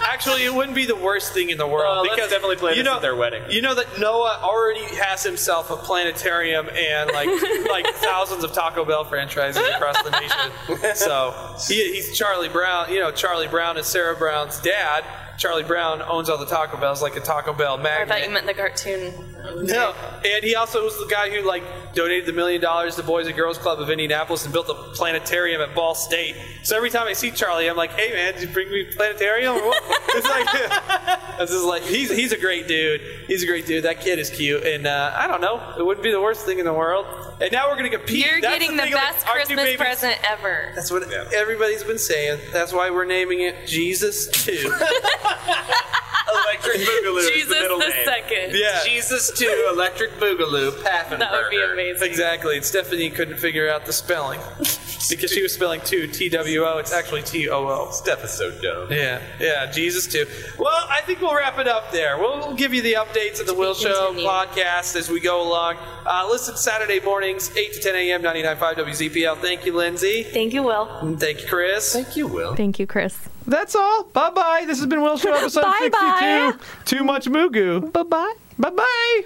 Actually, it wouldn't be the worst thing in the world Well, let's because definitely play you this know, at their wedding. You know that Noah already has himself a planetarium and like like thousands of Taco Bell franchises across the nation. So he, he's Charlie Brown. You know Charlie Brown is Sarah Brown's dad. Charlie Brown owns all the Taco Bells like a Taco Bell I magnet. thought you meant the cartoon. No, and he also was the guy who like donated the million dollars to Boys and Girls Club of Indianapolis and built a planetarium at Ball State. So every time I see Charlie, I'm like, "Hey man, did you bring me a planetarium?" Or what? it's like this is like he's he's a great dude. He's a great dude. That kid is cute, and uh, I don't know, it wouldn't be the worst thing in the world. And now we're gonna compete. You're That's getting the, thing, like, best our two Christmas babies- present ever. That's what everybody's been saying. That's why we're naming it Jesus Two. Electric Boogaloo. is Jesus middle the name. second. yeah. Jesus to Electric Boogaloo Paffenberger. That would be amazing. Exactly. And Stephanie couldn't figure out the spelling because she was spelling two T W O. It's actually T O O. Steph is so dumb. Yeah, yeah, Jesus too. Well, I think we'll wrap it up there. We'll, we'll give you the updates of the Will Show continued. podcast as we go along. Uh, listen Saturday mornings, 8 to 10 a.m., 99.5 WZPL. Thank you, Lindsay. Thank you, Will. And Thank you, Chris. Thank you, Will. Thank you, Chris. That's all. Bye bye. This has been Will Show episode Bye-bye. 62. Too much Mugu. Bye bye. Bye bye.